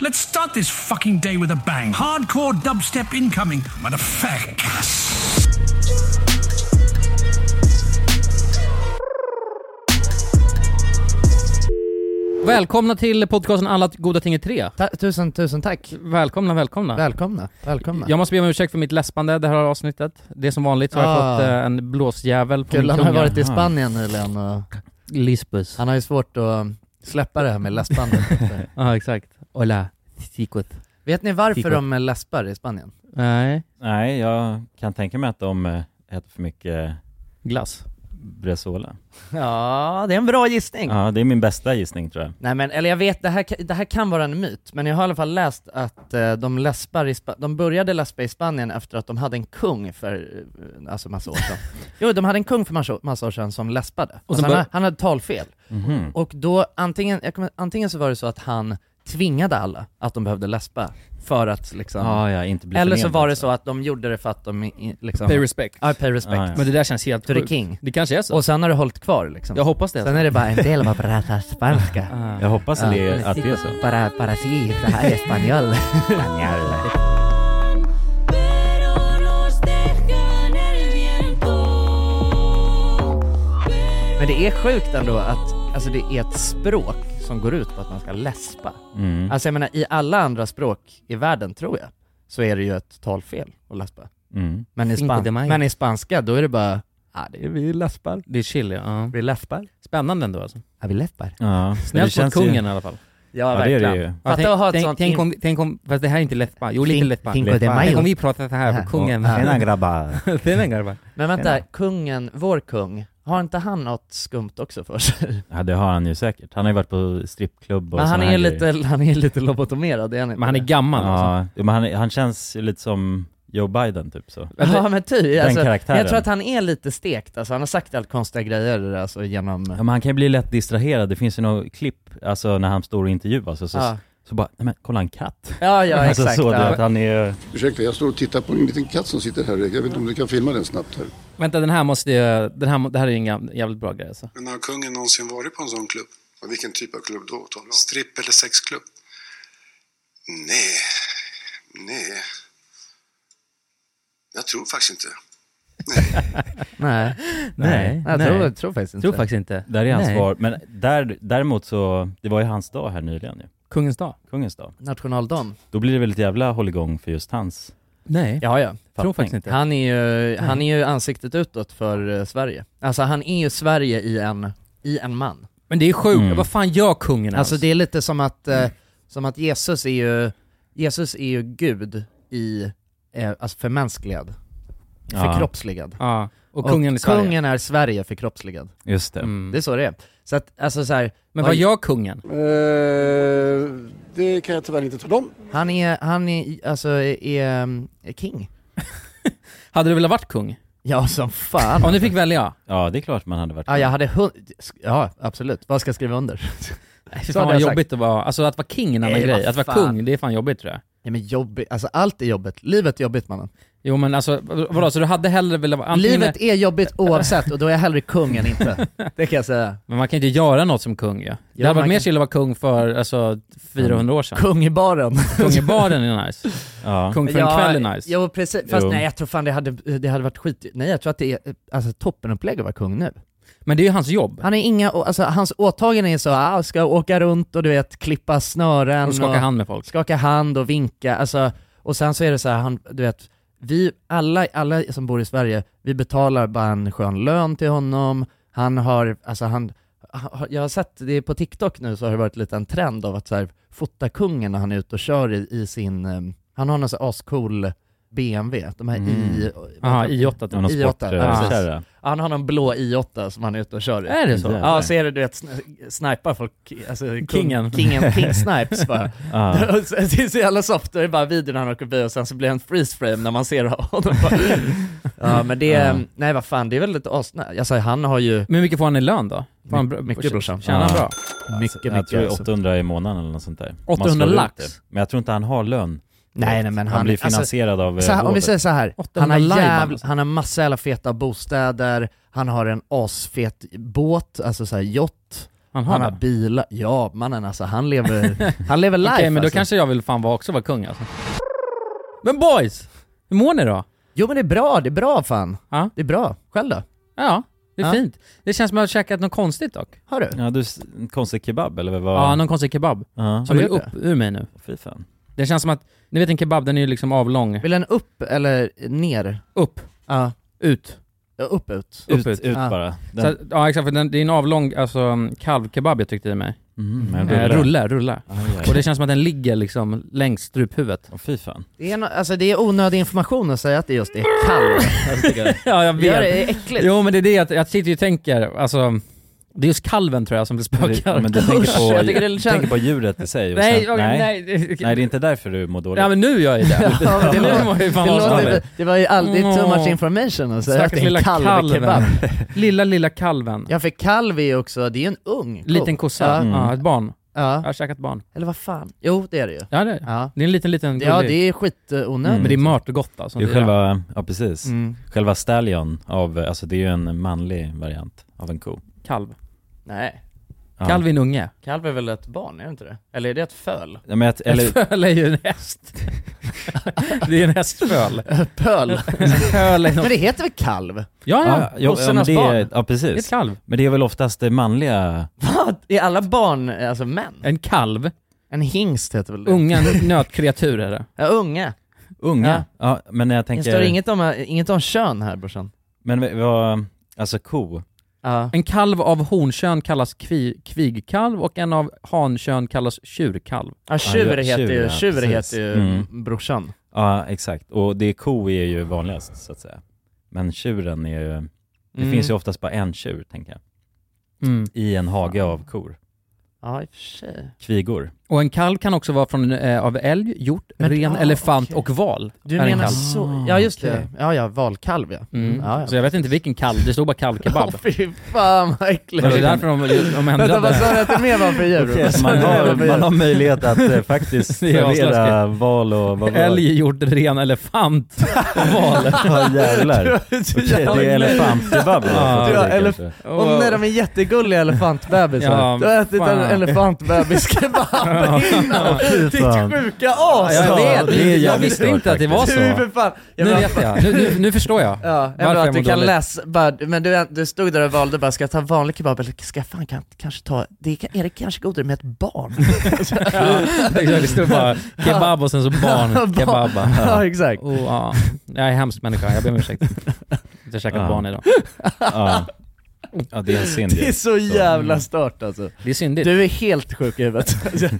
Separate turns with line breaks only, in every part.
Let's start this fucking day with a bang. Hardcore dubstep incoming, motherfuckers.
Välkomna till podcasten Alla goda ting är tre.
Ta tusen, tusen tack.
Välkomna, välkomna.
Välkomna, välkomna.
Jag måste be om ursäkt för mitt läspande det här avsnittet. Det är som vanligt så har jag
Ah.
fått eh, en blåsjävel på min
Kullan
tunga.
har varit i Spanien nyligen och
Lisbus.
han har ju svårt att um, släppa det här med läsbandet.
Ja, exakt. Hola, chicos.
Vet ni varför
Fikot.
de läspar i Spanien?
Nej,
Nej, jag kan tänka mig att de eh, äter för mycket eh,
glass.
bresola.
Ja, det är en bra gissning.
Ja, det är min bästa gissning tror jag.
Nej men, eller jag vet, det här, ka- det här kan vara en myt, men jag har i alla fall läst att eh, de läspar i Spa- de började läspa i Spanien efter att de hade en kung för, eh, alltså massa år sedan. Jo, de hade en kung för massa, massa år sedan som läspade.
Och
Och
sen
alltså,
bör-
han, han hade talfel.
Mhm.
Och då, antingen, jag kommer, antingen så var det så att han tvingade alla att de behövde läspa för att liksom
Ja, ja, inte bli
Eller så
förnedrad,
var det så att de gjorde det för att de i- i- liksom...
Pay respect.
Ja, pay respect.
Ja, ja.
Men det där känns helt
To the
sjukt.
king.
Det kanske är så.
Och sen har det hållit kvar liksom.
jag hoppas det.
Sen är det bara en del av att prata spanska.
Ah.
Jag hoppas att
Eh,
det är, att det är så.
Para, para si, det här är spanjol.
pero nos dejan el viento.
Men det är sjukt ändå att, alltså det är ett språk som går ut på att man ska läspa.
Mm.
Alltså jag menar, i alla andra språk i världen tror jag, så är det ju ett talfel att läspa.
Mm.
Men i,
Cinco de
span-
Mayo.
men i spanska, då är det bara, ja det är vi läspar.
Det är chill, ja. ja.
Vi läspar.
Spännande ändå alltså.
Ja, vi läppar.
Ja, men det
Snällt mot
känns ju-
kungen i alla fall.
Ja, det är det ju.
Ja,
Fatta att ha ett
tänk,
sånt
tänk,
in-
om, tänk om, fast det här är inte lättbar. Jo, lite
Think-
lättbar.
Cinco de
Lättbar.
Mayo.
Tänk om vi pratar så här, för
Ja.
kungen.
Ja.
Tjena grabbar.
Tjena grabbar.
Men vänta, kungen, vår kung, har inte han något skumt också för sig?
Ja, det har han ju säkert. Han har ju varit på strippklubb och
Men han
såna
är,
här
ju
grejer.
lite, han är ju lite lobotomerad, är han inte?
Men han är gammal alltså.
Ja, men han, han känns ju lite som Joe Biden typ så.
Ja men ty,
Den
alltså,
karaktären.
jag tror att han är lite stekt, alltså, han har sagt allt konstiga grejer alltså, genom...
Ja, men han kan ju bli lätt distraherad. Det finns ju något klipp, alltså när han står och intervjuas och så,
Ja,
så bara, nej men kolla en katt.
ja, ja
alltså
exakt.
så du
ja.
att han är...
Ursäkta, jag står och tittar på en liten katt som sitter här. Jag vet inte om du kan filma den snabbt här.
Vänta, den här måste ju, den här, må- det här är ju en gam- jävligt bra grej alltså.
Men har kungen någonsin varit på en sån klubb?
Vilken typ av klubb då talar du om?
Stripp eller sexklubb?
Nej, nej. Jag tror faktiskt inte.
Nej,
Nej,
jag
nej.
tror, jag tror faktiskt inte.
Tror faktiskt inte.
Där är hans
Nej.
svar. Men där, däremot så, det var ju hans dag här nyligen ju.
Kungens dag?
Kungens dag.
Nationaldagen.
Då blir det väl ett jävla hålligång för just hans
Nej.
Ja, ja.
tror
fattning.
faktiskt inte.
Han är, ju, han är ju ansiktet utåt för eh, Sverige. Alltså han är ju Sverige i en, i en man.
Men det är sjukt,
Mm.
vad fan gör kungen
Alltså
alltså?
det är lite som att, eh, som att Jesus är ju, Jesus är ju Gud i, eh, alltså förmänskligad,
Ja.
förkroppsligad.
Ja, och kungen i Sverige.
Kungen är Sverige förkroppsligad.
Just det.
Mm.
Det är så det är. Så att, alltså så här,
Men vad gör kungen?
Eh, det kan jag tyvärr inte tala om.
han är, han är, alltså är, mm, är king.
Hade du velat varit kung?
Ja som fan.
Om du fick välja?
Ja, det är klart man hade varit
Ja jag hade hund... ja absolut, vad ska jag skriva under?
Nej,
Så
fy fan
hade
vad
jag sagt.
jobbigt att vara, alltså att vara king är en annan
Nej,
grej.
vad
Att vara
fan.
kung, det är fan jobbigt tror jag.
Ja men jobbigt, alltså allt är jobbigt, livet är jobbigt mannen.
Jo men alltså, vadå, så du hade hellre velat vara, antingen-
Livet är jobbigt oavsett och då är jag hellre kung än inte. Det kan jag säga.
Men man kan ju inte göra något som kung ju. Ja. Det
Jo,
hade
man
varit mer
kan-
chill att vara kung för, alltså, 400 år sedan.
Kung i baren.
Kung i baren är nice.
Ja.
Kung för en kväll är nice.
Jo precis, fast
Jo.
nej jag tror fan det hade, det hade varit skit, nej jag tror att det är alltså, toppenupplägg att vara kung nu.
Men det är ju hans jobb.
Han är inga, alltså hans åtaganden är så, ah, ska åka runt och du vet klippa snören
Och skaka hand med folk.
skaka hand och vinka, alltså, och sen så är det så här, han, du vet, vi, alla, alla som bor i Sverige, vi betalar bara en skön lön till honom, han har, alltså han, ha- jag har sett det på TikTok nu så har det varit lite en trend av att så här, fota kungen när han är ute och kör i, i sin, eh, han har någon så här ascool BMW, de här
Mm.
i,
Jaha, I8
Ja, någon
typ.
I åtta,
sport, eh,
ja, precis.
kärra.
han har någon blå i8 som han är ute och kör i.
Är det så?
Jävlar.
Ja, så är det du vet, sn- snipar folk, alltså kung-
Kingen.
kingen, king snipes bara.
Ja.
Och så- Det är så jävla soft, det är bara videon han åker förbi och sen så blir det en freeze frame när man ser honom bara. Ja men det,
Ja.
nej vad fan det är väl lite asnö. Alltså han har ju
Men hur mycket får han i lön då? Får han br-
mycket brorsan.
Tjänar han
Ja.
bra?
Mycket,
jag
mycket
tror det är
alltså.
800 i månaden eller något sånt där. Om man
800
slår ut
lax?
det. Men jag tror inte han har lön.
Nej nej men
Han,
han,
blir
alltså,
finansierad av eh,
så här, om vi
hovet.
säger så här,
800
han har,
live,
jävla,
alltså.
han har massa jävla feta bostäder, han har en asfet båt, alltså såhär yacht,
Han har
Han har
det.
bilar, ja mannen alltså han lever, han lever life
Okej, men då
alltså.
kanske jag vill fan vara- också vara kung alltså. Men boys! Hur mår ni då?
Jo men det är bra, det är bra fan.
Ja.
Det är bra. Själv då?
Ja, det är
Ja.
fint. Det känns som att jag har käkat något konstigt dock.
Har du?
Ja, du, s- en konstig kebab eller vad?
Ja, någon konstig kebab.
ja.
Som
Har
vill
du gjort
upp ur mig nu.
Fy fan.
Det känns som att, ni vet en kebab den är ju liksom avlång.
Vill den upp eller ner?
Upp,
Ja,
ut.
Ja, upp ut.
Ut,
ut.
ut,
Ja.
bara. Den,
Så, att- ja exakt, för den, det är en avlång alltså, kalvkebab jag tyckte i mig.
mm,
Eh,
men
Rulle,
rullar.
rulle. rulle.
Aj, aj.
Och det känns som att den ligger liksom längs struphuvudet.
Åh, fy fan.
Det är, no- alltså, det är onödig information att säga att det just är kalv.
Ja jag
Det gör det äckligt.
Jo men det är det att jag sitter ju och tänker, alltså, det är just kalven tror jag som det spökar.
Men du tänker på,
jag tycker det
du
känns-
tänker på djuret i sig och
nej,
sen,
jag- nej,
nej.
nej.
Nej, det är inte därför du mår dåligt.
Ja men nu gör jag ju det.
Ja, men det
Nu
var-
mår jag ju fan
Det,
vad som
låter,
helst.
det, det var ju aldrig too
Mm.
much information att säga att
Stackars
det är
lilla
en kalvkebab.
kalven. Lilla, lilla kalven.
Ja för kalv är ju också, det är ju en ung ko.
Liten kossa. Ja.
Ja,
ett barn. Jag
ja.
har käkat barn.
eller vad fan. Jo det är det ju.
Ja, det är det.
Ja,
Det är en liten, liten
ja
gullig. Mm.
det är skitonödigt.
Men det är mört och gott alltså.
det är
Det
ju
är-
själva, ja precis.
Mm.
Själva stallion av, alltså det är ju en manlig variant av en ko.
Kalv.
Nej,
Ja.
Kalv är en unge.
kalv är väl ett barn, är det inte det? Eller är det ett föl?
Ja, men jag, eller,
Ett föl är ju en häst. det är en hästföl.
Pöl?
Föl är
Men
något...
det heter väl kalv?
Ja, ja.
ja, ja, ja, men
kossornas
det
barn.
är, ja
Det är ett
precis.
kalv.
Men det är väl oftast det manliga,
Är alla barn, eh, alltså män?
En kalv.
En hingst heter väl det?
Unga nötkreatur är det.
Ja, unge.
unga. Ja. men jag
Det står
tänker,
inget om, eh, inget om kön här brorsan.
men v- vad, alltså ko,
Ja.
En kalv av honkön kallas kvi, kvigkalv och en av hankön kallas tjurkalv.
Ja, tjur
ja,
heter
tjur,
ju,
ja,
tjur
precis.
heter ju
Mm.
brorsan.
ja exakt. Och det är ko är ju vanligast så att säga. Men tjuren är ju, det
Mm.
finns ju oftast bara en tjur tänker jag. I en hage av kor.
Ja, i och för sig.
Kvigor.
Och en kalv kan också vara från, eh, av älg, hjort,
Men-
ren,
ah,
elefant
okej.
och val.
Du
Är en
menar
kalv.
så? Ja just
okej.
det, ja ja, valkalv ja.
Mm.
Ja, ja.
Så jag vet inte vilken kalv, det stod bara kalvkebab.
Åh, fy fan vad
Det är
äckligt.
därför de, de
Vänta vad
ändrade.
sa du att det mer var för djur?
Okej,
Vad
så
sa
man,
du att det
har,
var för
man
djur?
har möjlighet att eh, faktiskt
Det är
servera val och vad var det?
Älg, hjort, ren, elefant och val.
Ja, jävlar. Okej, det är elefantkebab.
Ja,
Det
det var
kanske.
elef- Och när de är jättegulliga elefantbebisar,
Ja,
du har ätit
fan.
en elefantbebiskebab
fan.
innan! Ditt sjuka
Ja,
as!
Jag vet,
det är
jag,
jävligt
visste
stört
inte att det var
Du är
så.
för fan... Jag
Nu
bara-
vet jag, nu, nu, nu förstår jag.
Ja, jag
Varför
bra
jag
att
mår
du kan
dåligt.
läsa, bara, men du, du stod där och valde bara, ska jag ta vanlig kebab eller ska jag fan kan, kanske ta, det kan, är det kanske godare med ett barn?
Ja, det stod bara kebab och sen så barn, kebab.
ja exakt.
Oh, ja. Jag är hemsk människa, jag ber om ursäkt. Jag har käkat
Ja.
barn idag.
Ja. ja, det är en synd
Det är
ju.
så jävla stört alltså.
Det är syndigt.
Du är helt sjuk i huvudet.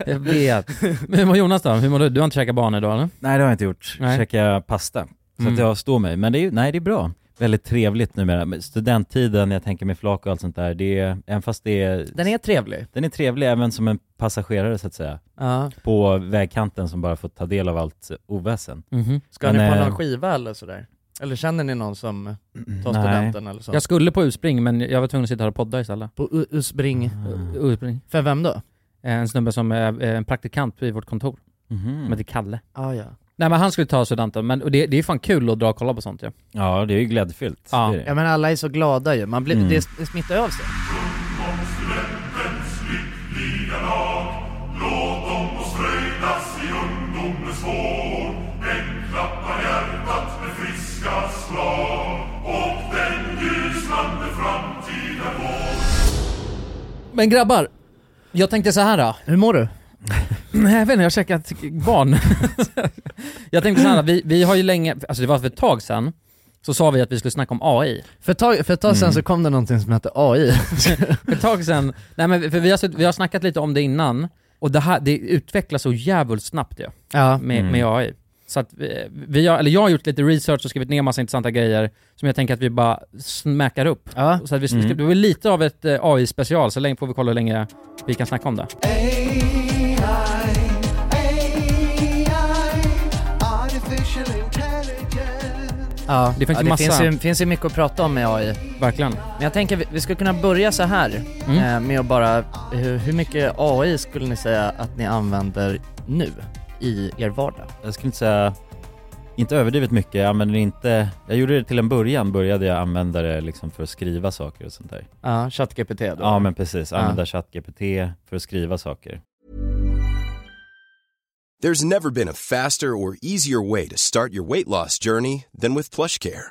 Jag vet. Men hur mår Jonas då? Hur mår du? Du har inte käkat barn idag eller?
Nej det har jag inte gjort.
Nej.
Käka pasta. Så
Mm.
att jag står mig. Men det är, ju- nej det är bra. Väldigt trevligt numera. Men Studenttiden, jag tänker med flak och allt sånt där, det är, även fast det är,
Den är trevlig.
den är trevlig även som en passagerare så att säga.
Ja.
På vägkanten som bara får ta del av allt oväsen.
Mhm.
Ska
Men,
ni på
eh,
någon skiva eller sådär? Eller känner ni någon som tar
Nej.
studenten eller så?
Jag skulle på urspring men jag var tvungen att sitta här och podda istället.
På U- Usbring,
Urspring.
för vem då?
En snubbe som är eh, en praktikant i vårt kontor,
Mm.
Mhm.
som heter Kalle.
Ah, ja.
Nej men han skulle ta studenten, men och det, det är fan kul att dra och kolla på sånt ju. Ja.
Ja det är ju glädjefyllt.
Ja.
Det är det.
ja men alla är så glada ju, man blir,
Mm.
det, det smittar av sig.
Men grabbar, jag tänkte så här då.
Hur mår du?
Nej, jag vet inte, jag har käkat barn. jag tänkte så här, vi, vi har ju länge, alltså det var för ett tag sedan, så sa vi att vi skulle snacka om AI.
För ett tag, för ett tag sedan
Mm.
så kom det någonting som hette AI.
För ett tag sedan, nej men för vi har, sett- vi har snackat lite om det innan, och det, här, det utvecklas så jävligt snabbt ju,
ja.
med,
Mm.
med AI. Så att vi, vi har, eller jag har gjort lite research och skrivit ner massa intressanta grejer som jag tänker att vi bara smäckar upp.
ja.
Så att vi,
Mm.
Det blir lite av ett eh, AI-special, så länge får vi kolla hur länge vi kan snacka om det.
Ja.
Det finns ju
ja, det
massa-
finns, ju, finns ju mycket att prata om med AI.
Verkligen.
Men jag tänker vi, vi skulle kunna börja så här
Mm.
eh, med att bara, hur, hur mycket AI skulle ni säga att ni använder nu i er vardag?
Jag skulle inte säga inte överdrivet mycket, jag använder det inte... Jag gjorde det till en början, började jag använda det liksom för att skriva saker och sånt där.
Ja, ChatGPT då?
Ja men precis,
Ja.
använda ChatGPT för att skriva saker.
There's never been a faster or easier way to start your weight loss journey than with PlushCare.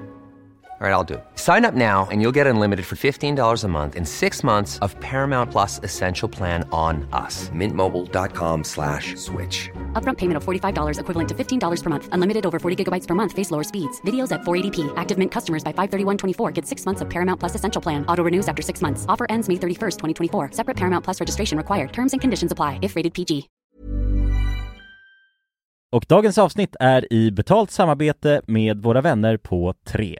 All right, I'll do it. Sign up now and you'll get unlimited for $15 a month in six months of Paramount Plus Essential Plan on us. Mintmobile.com slash switch.
Upfront payment of $45 equivalent to $15 per month. Unlimited over 40 gigabytes per month. Face lower speeds. Videos at 480p. Active Mint customers by 531.24 get six months of Paramount Plus Essential Plan. Auto renews after six months. Offer ends May 31st, 2024. Separate Paramount Plus registration required. Terms and conditions apply if rated PG.
Och dagens avsnitt är i betalt samarbete med våra vänner på 3.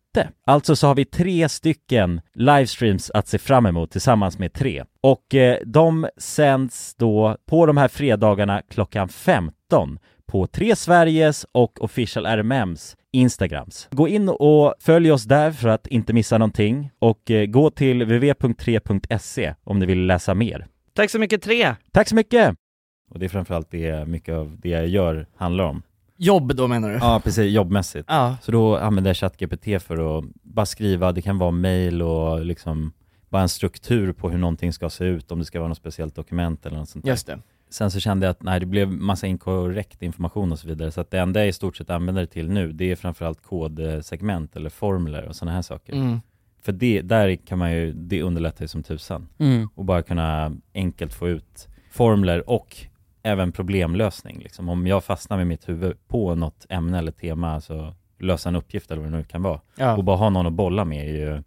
Alltså så har vi tre stycken livestreams att se fram emot tillsammans med tre. Och eh, de sänds då på de här fredagarna klockan 15 på Tre Sveriges och Official RMMs Instagrams. Gå in och följ oss där för att inte missa någonting och eh, gå till www.3.se e om ni vill läsa mer.
Tack så mycket tre!
Tack så mycket! Och det är framförallt det mycket av det jag gör handlar om.
Jobb då menar du?
Ja, precis, jobbmässigt.
Ja.
Så då använder jag ChatGPT för att bara skriva, det kan vara mail och liksom bara en struktur på hur någonting ska se ut, om det ska vara något speciellt dokument eller något sånt där.
Just det.
Sen så kände jag att nej, det blev massa inkorrekt information och så vidare, så att det enda jag i stort sett använder det till nu, det är framförallt kodsegment eller formler och sådana här saker.
Mm.
För det, där kan man ju, det underlättar ju som tusan.
Mm.
Och bara kunna enkelt få ut formler och även problemlösning. Liksom. Om jag fastnar med mitt huvud på något ämne eller tema, alltså lösa en uppgift eller vad det nu kan vara.
Ja.
Och bara ha någon att bolla med är ju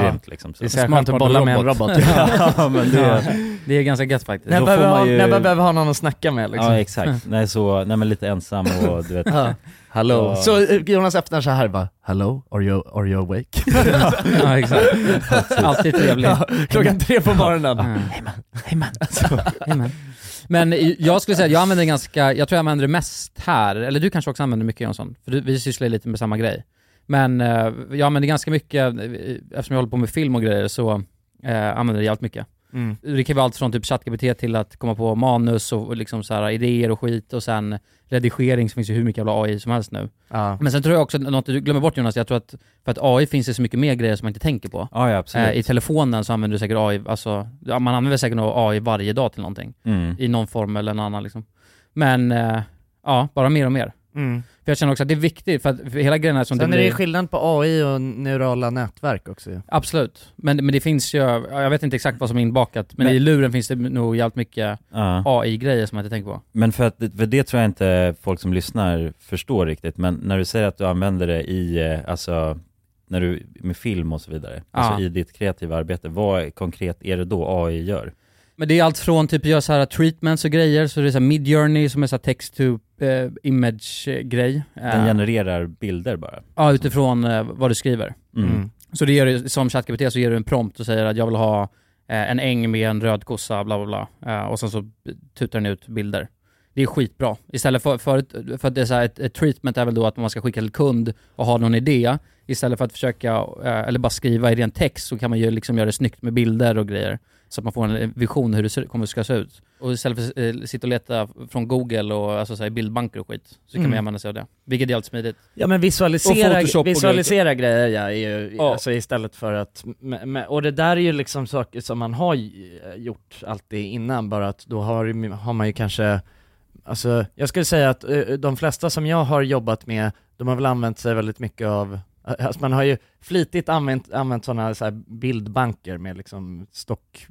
grymt liksom. Så.
Det är skönt att bolla med en robot.
ja, men det,
Det är ganska gött faktiskt.
När
Då
behöver,
får man
ha,
ju-
när behöver ha någon att snacka med liksom.
Ja exakt, nej så, nej men lite ensam och du vet
Ja. Hallå.
Och-
Så eh, Jonas öppnar så här bara, hello, are you, are you awake?
Ja, exakt. Alltid trevlig.
Ja, klockan tre på morgonen.
Ja. Alltså, Hej, man. Men jag skulle säga att jag använder ganska, jag tror jag använder det mest här, eller du kanske också använder mycket Jonsson, för du, vi sysslar ju lite med samma grej. Men eh, jag använder ganska mycket, eh, eftersom jag håller på med film och grejer så eh, använder jag jävligt mycket.
Mm.
Det kan vara allt från typ ChatGPT till att komma på manus och och liksom så här, idéer och skit och sen redigering så finns ju hur mycket jävla AI som helst nu.
Ja.
Men sen tror jag också, något du glömmer bort Jonas, jag tror att för att AI finns det så mycket mer grejer som man inte tänker på.
Ja, ja, absolut.
Eh, I telefonen så använder du säkert AI, alltså, ja, man använder säkert nog AI varje dag till någonting.
Mm.
I någon form eller någon annan liksom. Men, eh, ja, bara mer och mer.
Mm.
För jag känner också att det är viktigt, för, att, för hela grejen är som
Sen är det
det blir...
ju skillnad på AI och neurala nätverk också ju.
Absolut. Men, men det finns ju, jag vet inte exakt vad som är inbakat, men,
Men-
i luren finns det nog jävligt mycket
Ja.
AI-grejer som man inte tänker på.
Men för, att, för det tror jag inte folk som lyssnar förstår riktigt, men när du säger att du använder det i, eh, alltså, när du, med film och så vidare,
Ja.
alltså i ditt kreativa arbete, vad konkret är det då AI gör?
Men det är allt från typ göra så här treatments och grejer, så det är så här mid-journey som är så här text to eh, image eh, grej.
Den
Eh,
genererar bilder bara?
Ja, utifrån eh, vad du skriver.
Mm.
Så det gör du, som ChatGPT så ger du en prompt och säger att jag vill ha eh, en äng med en röd kossa, bla bla bla. Eh, och sen så tutar den ut bilder. Det är skitbra. Istället för, för, ett- för att det är så här, ett, ett treatment är väl då att man ska skicka till kund och ha någon idé. Istället för att försöka, eh, eller bara skriva i ren text så kan man ju liksom göra det snyggt med bilder och grejer. Så att man får en vision hur det ser, kommer att ska se ut. Och istället för att eh, sitta och leta från Google och alltså, så här, bilderbanker och skit, så kan
Mm.
man använda sig av det. Vilket är jävligt smidigt.
Ja men
Och
visualisera,
Photoshop och
visualisera grejer, ja, är ju,
Ja.
Alltså istället för att, men- men- och det där är ju liksom saker som man har ju- gjort alltid innan, bara att då har, ju- har man ju kanske, alltså jag skulle säga att eh, de flesta som jag har jobbat med, de har väl använt sig väldigt mycket av Alltså man har ju flitigt använt, använt sådana så här bildbanker med liksom stock...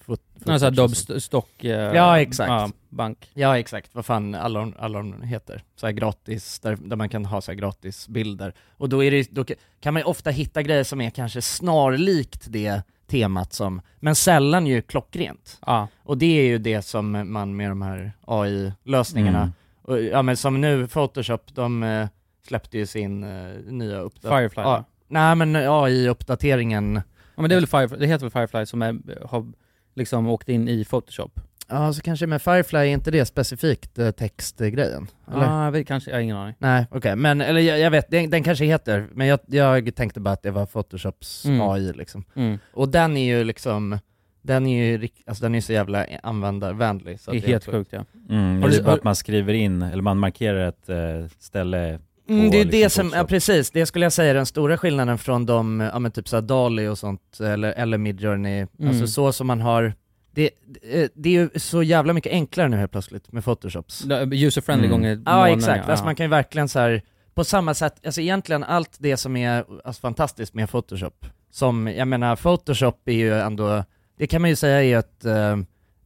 Fot,
Ja, så här
fot-
Dobbs stock... eh,
Ja, exakt.
ja, bank.
Ja, exakt. Vad fan alla de, alla de heter. Så här gratis, där, där man kan ha så här gratis bilder. Och då, är det, då kan man ju ofta hitta grejer som är kanske snarlikt det temat som, men sällan ju klockrent.
Ja.
Och det är ju det som man med de här AI-lösningarna,
Mm.
och, ja men som nu Photoshop, de eh, släppte ju sin eh, nya uppdatering.
Firefly.
Ja, nej men AI-uppdateringen,
Ja, men det, är väl Firefly, det heter väl Firefly som är, har liksom åkt in i Photoshop?
ja så kanske med Firefly är inte det specifikt eh, textgrejen?
Eller? Ja, jag vet, kanske, jag har ingen aning.
Nej, okej. Men, eller jag, jag vet, den, den kanske heter, men jag, jag tänkte bara att det var Photoshops
Mm.
AI liksom.
Mm.
Och den är ju liksom, den är ju rikt- alltså den är ju så jävla användarvänlig. Så
Det är
att
helt sjukt ja.
Mm,
Har
det
du-
är bara
har-
att man skriver in, eller man markerar ett eh, ställe på,
Mm, det är
liksom,
ju det som,
Photoshop.
ja, precis, det skulle jag säga är den stora skillnaden från de, ja men typ såhär Dali och sånt, eller, eller Midjourney,
Mm.
alltså så som man har, det, det, det är ju så jävla mycket enklare nu helt plötsligt med Photoshops.
User-friendly
Mm.
gånger
Ja
månaden,
exakt,
ja.
alltså man kan ju verkligen så här på samma sätt, alltså egentligen allt det som är alltså, fantastiskt med Photoshop, som, jag menar Photoshop är ju ändå, det kan man ju säga är ett, eh,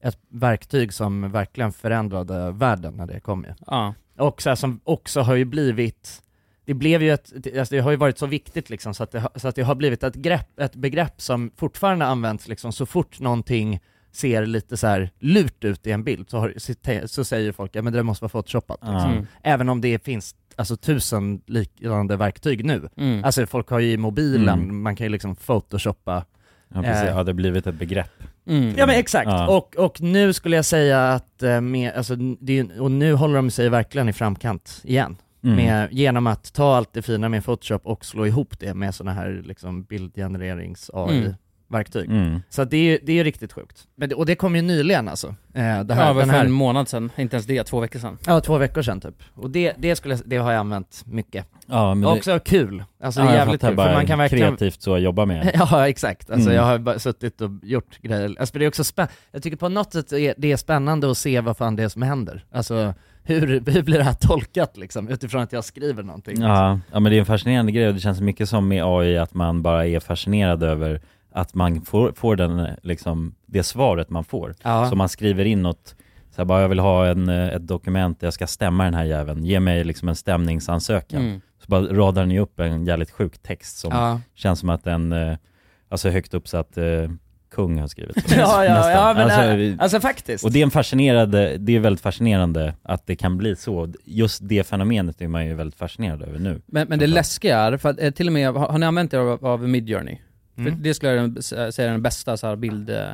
ett verktyg som verkligen förändrade världen när det kom ju.
Ja.
Och så här, som också har ju blivit, det blev ju ett, det- alltså, det har ju varit så viktigt liksom så att det, har- så att det har blivit ett, grepp, ett begrepp som fortfarande används liksom så fort någonting ser lite så här lurt ut i en bild så, har, så, te- så säger folk ja men det måste vara photoshopat
Ja.
liksom.
Mm.
Även om det finns alltså tusen liknande verktyg nu.
Mm.
Alltså folk har ju i mobilen,
Mm.
man kan ju liksom photoshoppa.
Ja, precis.
eh,
ja, det har blivit ett begrepp.
Mm.
Ja men exakt,
Ja.
och, och nu skulle jag säga att eh, med, alltså, det är, ju- och nu håller de sig verkligen i framkant igen.
Mm.
Med, genom att ta allt det fina med Photoshop och slå ihop det med sådana här liksom,
Mm.
bildgenererings-AI-verktyg.
Mm.
Så att det är ju det är ju riktigt sjukt. Men det, och det kom ju nyligen alltså. Eh, det här,
det här, ja, det var
den
för
här,
en månad sedan, inte ens det, två veckor sedan.
ja, två veckor sedan typ. Och det, det, skulle, jag- det har jag använt mycket.
Ja, men det,
också kul. Alltså det
Ja,
är
jag
jävligt
fattar
kul, för
bara
man kan verkligen...
kreativt så att jobba med.
Ja exakt, alltså
Mm.
jag har bara suttit och gjort grejer. Alltså, men det är också spä... Jag tycker på något sätt är det är spännande att se vad fan det är som händer. Alltså hur, hur blir det här tolkat liksom, utifrån att jag skriver någonting?
Ja, ja, men det är en fascinerande grej och det känns mycket som med AI att man bara är fascinerad över att man får, får den, eh, liksom, det svaret man får.
Ja.
Så man skriver in något, så här, bara jag vill ha en, eh, ett dokument där jag ska stämma den här jäveln, ge mig liksom en stämningsansökan.
Mm.
Så bara radar den ju upp en jävligt sjuk text som
Ja.
känns som att den, eh, alltså högt uppsatt eh, kung har skrivit.
Ja, ja,
Nästan.
ja, men, äh,
vi-
alltså, faktiskt.
Och det är, en fascinerande, det är väldigt fascinerande att det kan bli så. Just det fenomenet är man ju väldigt fascinerad över nu.
Men, men det läskiga är, för att, eh, till och med, har, har ni använt er av, av Midjourney?
Mm.
För det skulle jag s- säga är den bästa så här bild, eh,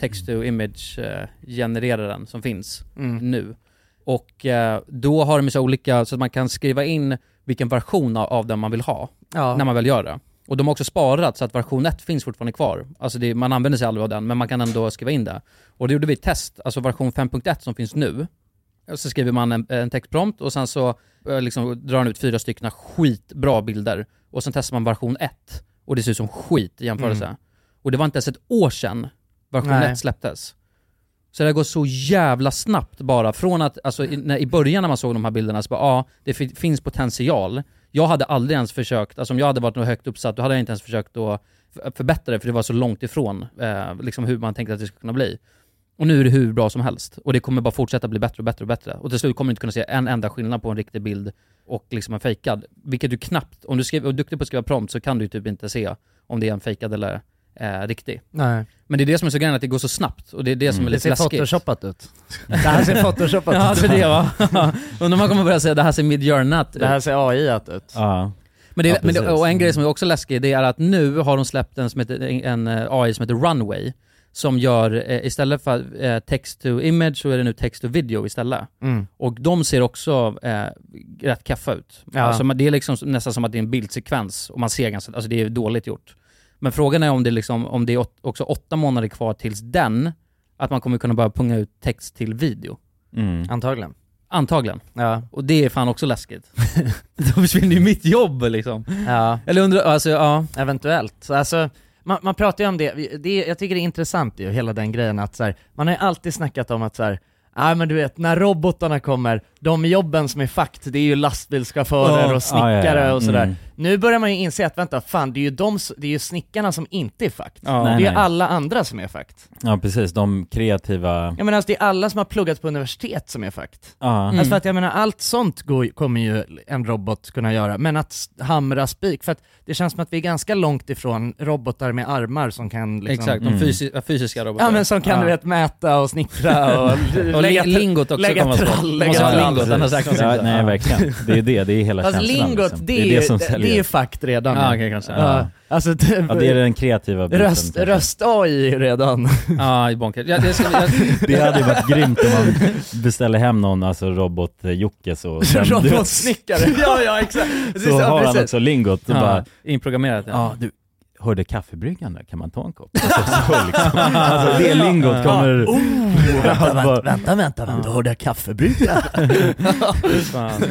text to image eh, genereraren som finns
Mm.
nu. Och eh, då har de ju så olika, så att man kan skriva in vilken version av, av den man vill ha
Ja.
när man väl gör det. Och de har också sparat så att version 1 finns fortfarande kvar. Alltså det, man använder sig aldrig av den, men man kan ändå skriva in det. Och det gjorde vi ett test, alltså version 5.1 som finns nu. Och Så skriver man en, en textprompt och sen så eh, liksom, drar den ut fyra stycken skitbra bilder. Och sen testar man version 1 och det ser ut som skit i jämförelse.
Mm.
Och det var inte ens ett år sedan version
Nej.
1 släpptes. Så det har gått så jävla snabbt bara. Från att, alltså i, när, i början när man såg de här bilderna så bara, ja, ah, det fi- finns potential. Jag hade aldrig ens försökt, alltså om jag hade varit något högt uppsatt, då hade jag inte ens försökt att f- förbättra det, för det var så långt ifrån eh, liksom hur man tänkte att det skulle kunna bli. Och nu är det hur bra som helst. Och det kommer bara fortsätta bli bättre och bättre och bättre. Och till slut kommer du inte kunna se en enda skillnad på en riktig bild och liksom en fejkad. Vilket du knappt, om du skriver, är duktig på att skriva prompt så kan du ju typ inte se om det är en fejkad eller eh, riktig.
Nej.
Men det är det som är så grejen, att det går så snabbt. Och det är det som är
Mm.
lite
Det ser
läskigt.
photoshopat ut. Det här ser photoshopat
ja,
ut.
det är det va? Undrar om man kommer börja säga det här ser midjourney
Det här ser AI-at ut.
Ja.
Men, det,
Ja,
men det,
precis. Mm.
och en grej som är också läskig, det är att nu har de släppt en, som heter, en eh, AI som heter Runway, som gör, eh, istället för eh, text to image så är det nu text to video istället.
Mm.
Och de ser också eh, rätt kaffa ut.
Ja.
Alltså, man- det är liksom nästan som att det är en bildsekvens och man ser ganska, alltså det är dåligt gjort. Men frågan är om det, liksom, om det är åt, också åtta månader kvar tills den, att man kommer kunna börja punga ut text till video.
Mm.
Antagligen.
Antagligen.
Ja.
Och det är fan också läskigt. Då försvinner ju mitt jobb liksom.
Ja.
Eller undrar, alltså ja.
Eventuellt. Så alltså, man, man pratar ju om det, det, är- jag tycker det är intressant ju, hela den grejen att så här, man har ju alltid snackat om att så här, Nej men du vet, när robotarna kommer, de jobben som är fakt, det är ju lastbilschaufförer
Ja.
och
Ah,
snickare
Ja, ja, ja.
och sådär.
Mm.
Nu börjar man ju inse att vänta, fan det är ju, de, s- det är ju snickarna som inte är fakt. det är
Nej,
ju
nej.
alla andra som är fakt.
Ja, precis. De kreativa...
Jag menar alltså det är alla som har pluggat på universitet som är fakt.
Ja.
Alltså för att jag menar allt sånt går, kommer ju en robot kunna göra, men att s- hamra spik, för att det känns som att vi är ganska långt ifrån robotar med armar som kan liksom...
Exakt, de fysi- fysiska robotarna.
Ja men som kan du vet mäta och snickra och,
Och li- lingot också
lägga
kommer att vara svårt.
trall,
Måste
lägga
ha
trall.
lingot,
Precis.
annars räknas
Ja,
inte.
nej, verkligen. Det är det. Det är hela
Alltså
känslan.
lingot,
liksom.
det, är, det, det, är ju fakt redan.
Ja, okej, kanske.
Ja. Alltså, det,
Ja, det är den kreativa biten.
Röst, röst AI redan.
Ja, i bonkers. Ja, det, ska, jag,
Det hade ju varit grymt om man beställer hem någon, alltså robot-Jocke så... sen- du vet,
Robotsnickare. ja, ja exakt.
Så
Ja,
har han
precis.
också lingot och
Ja,
bara...
Inprogrammerat
ja. du, hörde kaffebryggan där, kan man ta en kopp? Alltså, så liksom. alltså det lingot
Ja.
kommer...
Oh,
Bara-
vänta, vänta, vänta, vänta, vänta, hörde jag kaffebrygga?
Fan.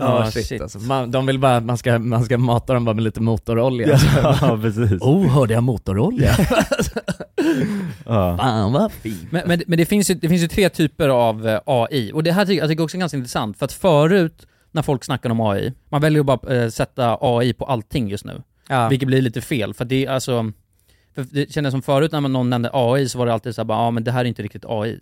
Ja
Ja,
shit,
shit.
Alltså. Man, de vill bara att man ska, man ska mata dem bara med lite motorolja.
Ja, precis.
Oh, hörde jag motorolja?
Ja.
Fan vad fint.
Men, men, men det, finns ju, det finns ju tre typer av eh, AI, och det här tycker jag tycker också är ganska intressant, för att förut när folk snackar om AI, man väljer att bara eh, sätta AI på allting just nu.
Ja.
Vilket blir lite fel, för det är alltså, för det kändes som förut när man- någon nämnde AI så var det alltid såhär, ja ah, men det här är inte riktigt AI.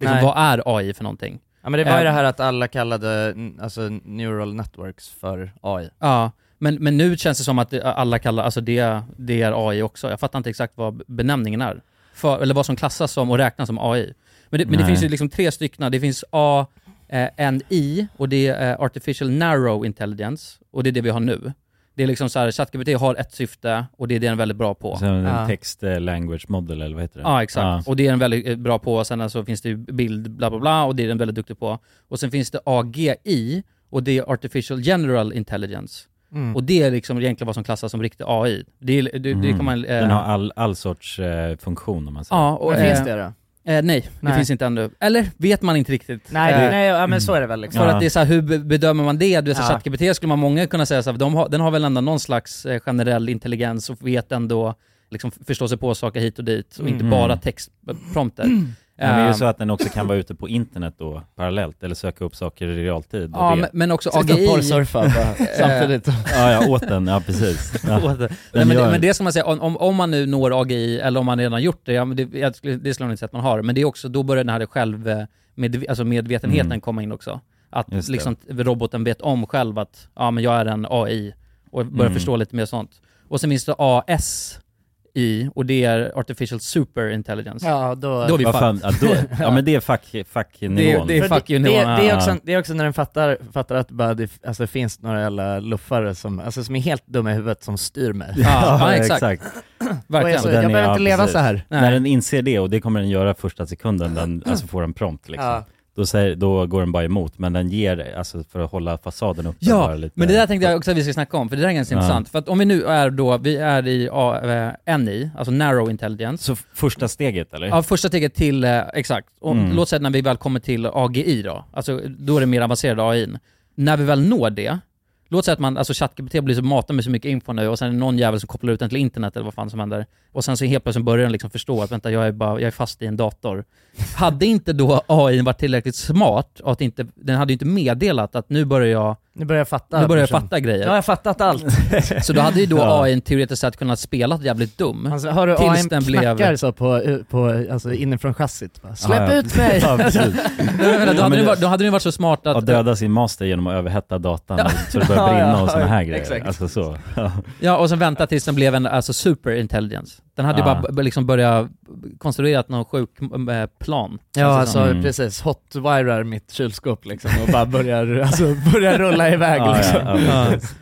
Liksom,
Nej.
vad är AI för någonting?
Ja men det var ju
Eh,
det här att alla kallade mm, alltså, neural networks för AI.
Ja, men, men nu känns det som att det- alla kallar, alltså det, det är AI också. Jag fattar inte exakt vad benämningen är. För, eller vad som klassas som och räknas som AI. Men det, men det
Nej.
finns ju liksom tre stycken. Det finns A, eh, N, I och det är eh, Artificial Narrow Intelligence. Och det är det vi har nu. Det är liksom så här, ChatGPT har ett syfte och det är det den är väldigt bra på.
Sen en
Ja.
text eh, language model eller vad heter det?
Ja, exakt.
Ja.
Och det är den väldigt eh, bra på. Sen så alltså finns det ju bild, bla bla bla, och det är den väldigt duktig på. Och sen finns det AGI, och det är Artificial General Intelligence.
Mm.
Och det är liksom egentligen vad som klassas som riktig AI. Det, är, det, det kan man... eh,
Den har all, all sorts eh, funktion om man säger.
Ja, och,
Men finns
eh,
det då?
Eh, nej, det
Nej.
finns inte ännu. Eller vet man inte riktigt.
Nej,
Eh,
nej ja, men så är det väl liksom.
För att det är så här, hur be- bedömer man det? Du vet, så
Ja.
ChatGPT skulle man många kunna säga så här, de har, den har väl ändå någon slags eh, generell intelligens och vet ändå, liksom förstå sig på saker hit och dit och inte
Mm.
bara textprompter.
Men det är
Eh,
ju så att den också kan vara ute på internet då parallellt, eller söka upp saker i realtid. och
Ja,
det-
men, men också
Sitta och
AGI.
porrsurfa bara samtidigt. Ja, ja, åt den, ja, precis. Ja.
Åt den. Nej,
Den
men, det,
gör-
men det ska man säga, om- om, om man nu når AGI, eller om man redan gjort det, ja, men det, jag, skulle- det skulle jag inte säga att man har, men det är också, då börjar den här själv, eh, med, alltså medvetenheten
Mm.
komma in också. Att
Just det.
liksom, roboten vet om själv att ja, men jag är en AI, och börjar
Mm.
förstå lite mer sånt. Och sen finns det AS, i och det är artificial superintelligence.
Ja, då-
då är vi
Vad fan, ja, då, ja men det är fuck, fuck nivån.
Det, är- det, det, är också, det är också när den fattar, fattar att bara det alltså, det finns några jävla luffare som, alltså, som är helt dumma i huvudet som styr mig.
Ja, ja, exakt.
Och jag, så,
Och
jag
den är-
behöver
ja,
inte leva
precis.
så här.
När den inser det, och det kommer den göra första sekunden
Mm.
den alltså får en prompt liksom.
Ja.
Då, säger, då går den bara emot, men den ger, alltså för att hålla fasaden uppe
Ja,
bara lite.
men det där tänkte jag också att vi ska snacka om, för det där är ganska
Ja.
intressant. För att om vi nu är då, vi är i eh, NI, alltså narrow intelligence.
Så första steget eller?
Ja, första steget till, eh, exakt. Och
Mm.
Låt säga när vi väl kommer till AGI då, alltså då är det mer avancerade AI. När vi väl når det, låt säga att man, alltså ChatGPT blir så matad med så mycket info nu och sen är det någon jävel som kopplar ut den till internet eller vad fan som händer. Och sen så helt plötsligt börjar den liksom förstå att vänta, jag är, bara, jag är fast i en dator. Hade inte då AI varit tillräckligt smart och att inte, den hade ju inte meddelat att nu börjar jag
Nu börjar jag fatta.
nu börjar jag
person.
fatta grejer.
Nu har jag fattat allt.
Så då hade ju då
Ja.
AI n teoretiskt sett kunnat spela jävligt dum.
Alltså, hör du
Tills
AIM
den blev-
knackar så på, på, alltså, inifrån chassit. Bara, Släpp
Ja, ja.
ut mig!
Ja, precis.
Nej, men jag menar, då,
Ja,
hade
men
den
det-
varit, då hade den varit så smart att...
Att döda sin master genom att överhetta datan
Ja.
så det börjar brinna
Ja, ja,
och sådana här grejer.
exakt.
Alltså så. Ja.
Ja, och sen vänta tills den blev en alltså, superintelligence. Den hade ju
Ah.
bara b- liksom börjat konstruera någon sjuk eh, plan.
Ja, alltså
Mm.
precis. Hotwirar mitt kylskåp liksom och bara börjar, alltså, börjar rulla iväg
Ja, ja,
liksom.
ja, precis.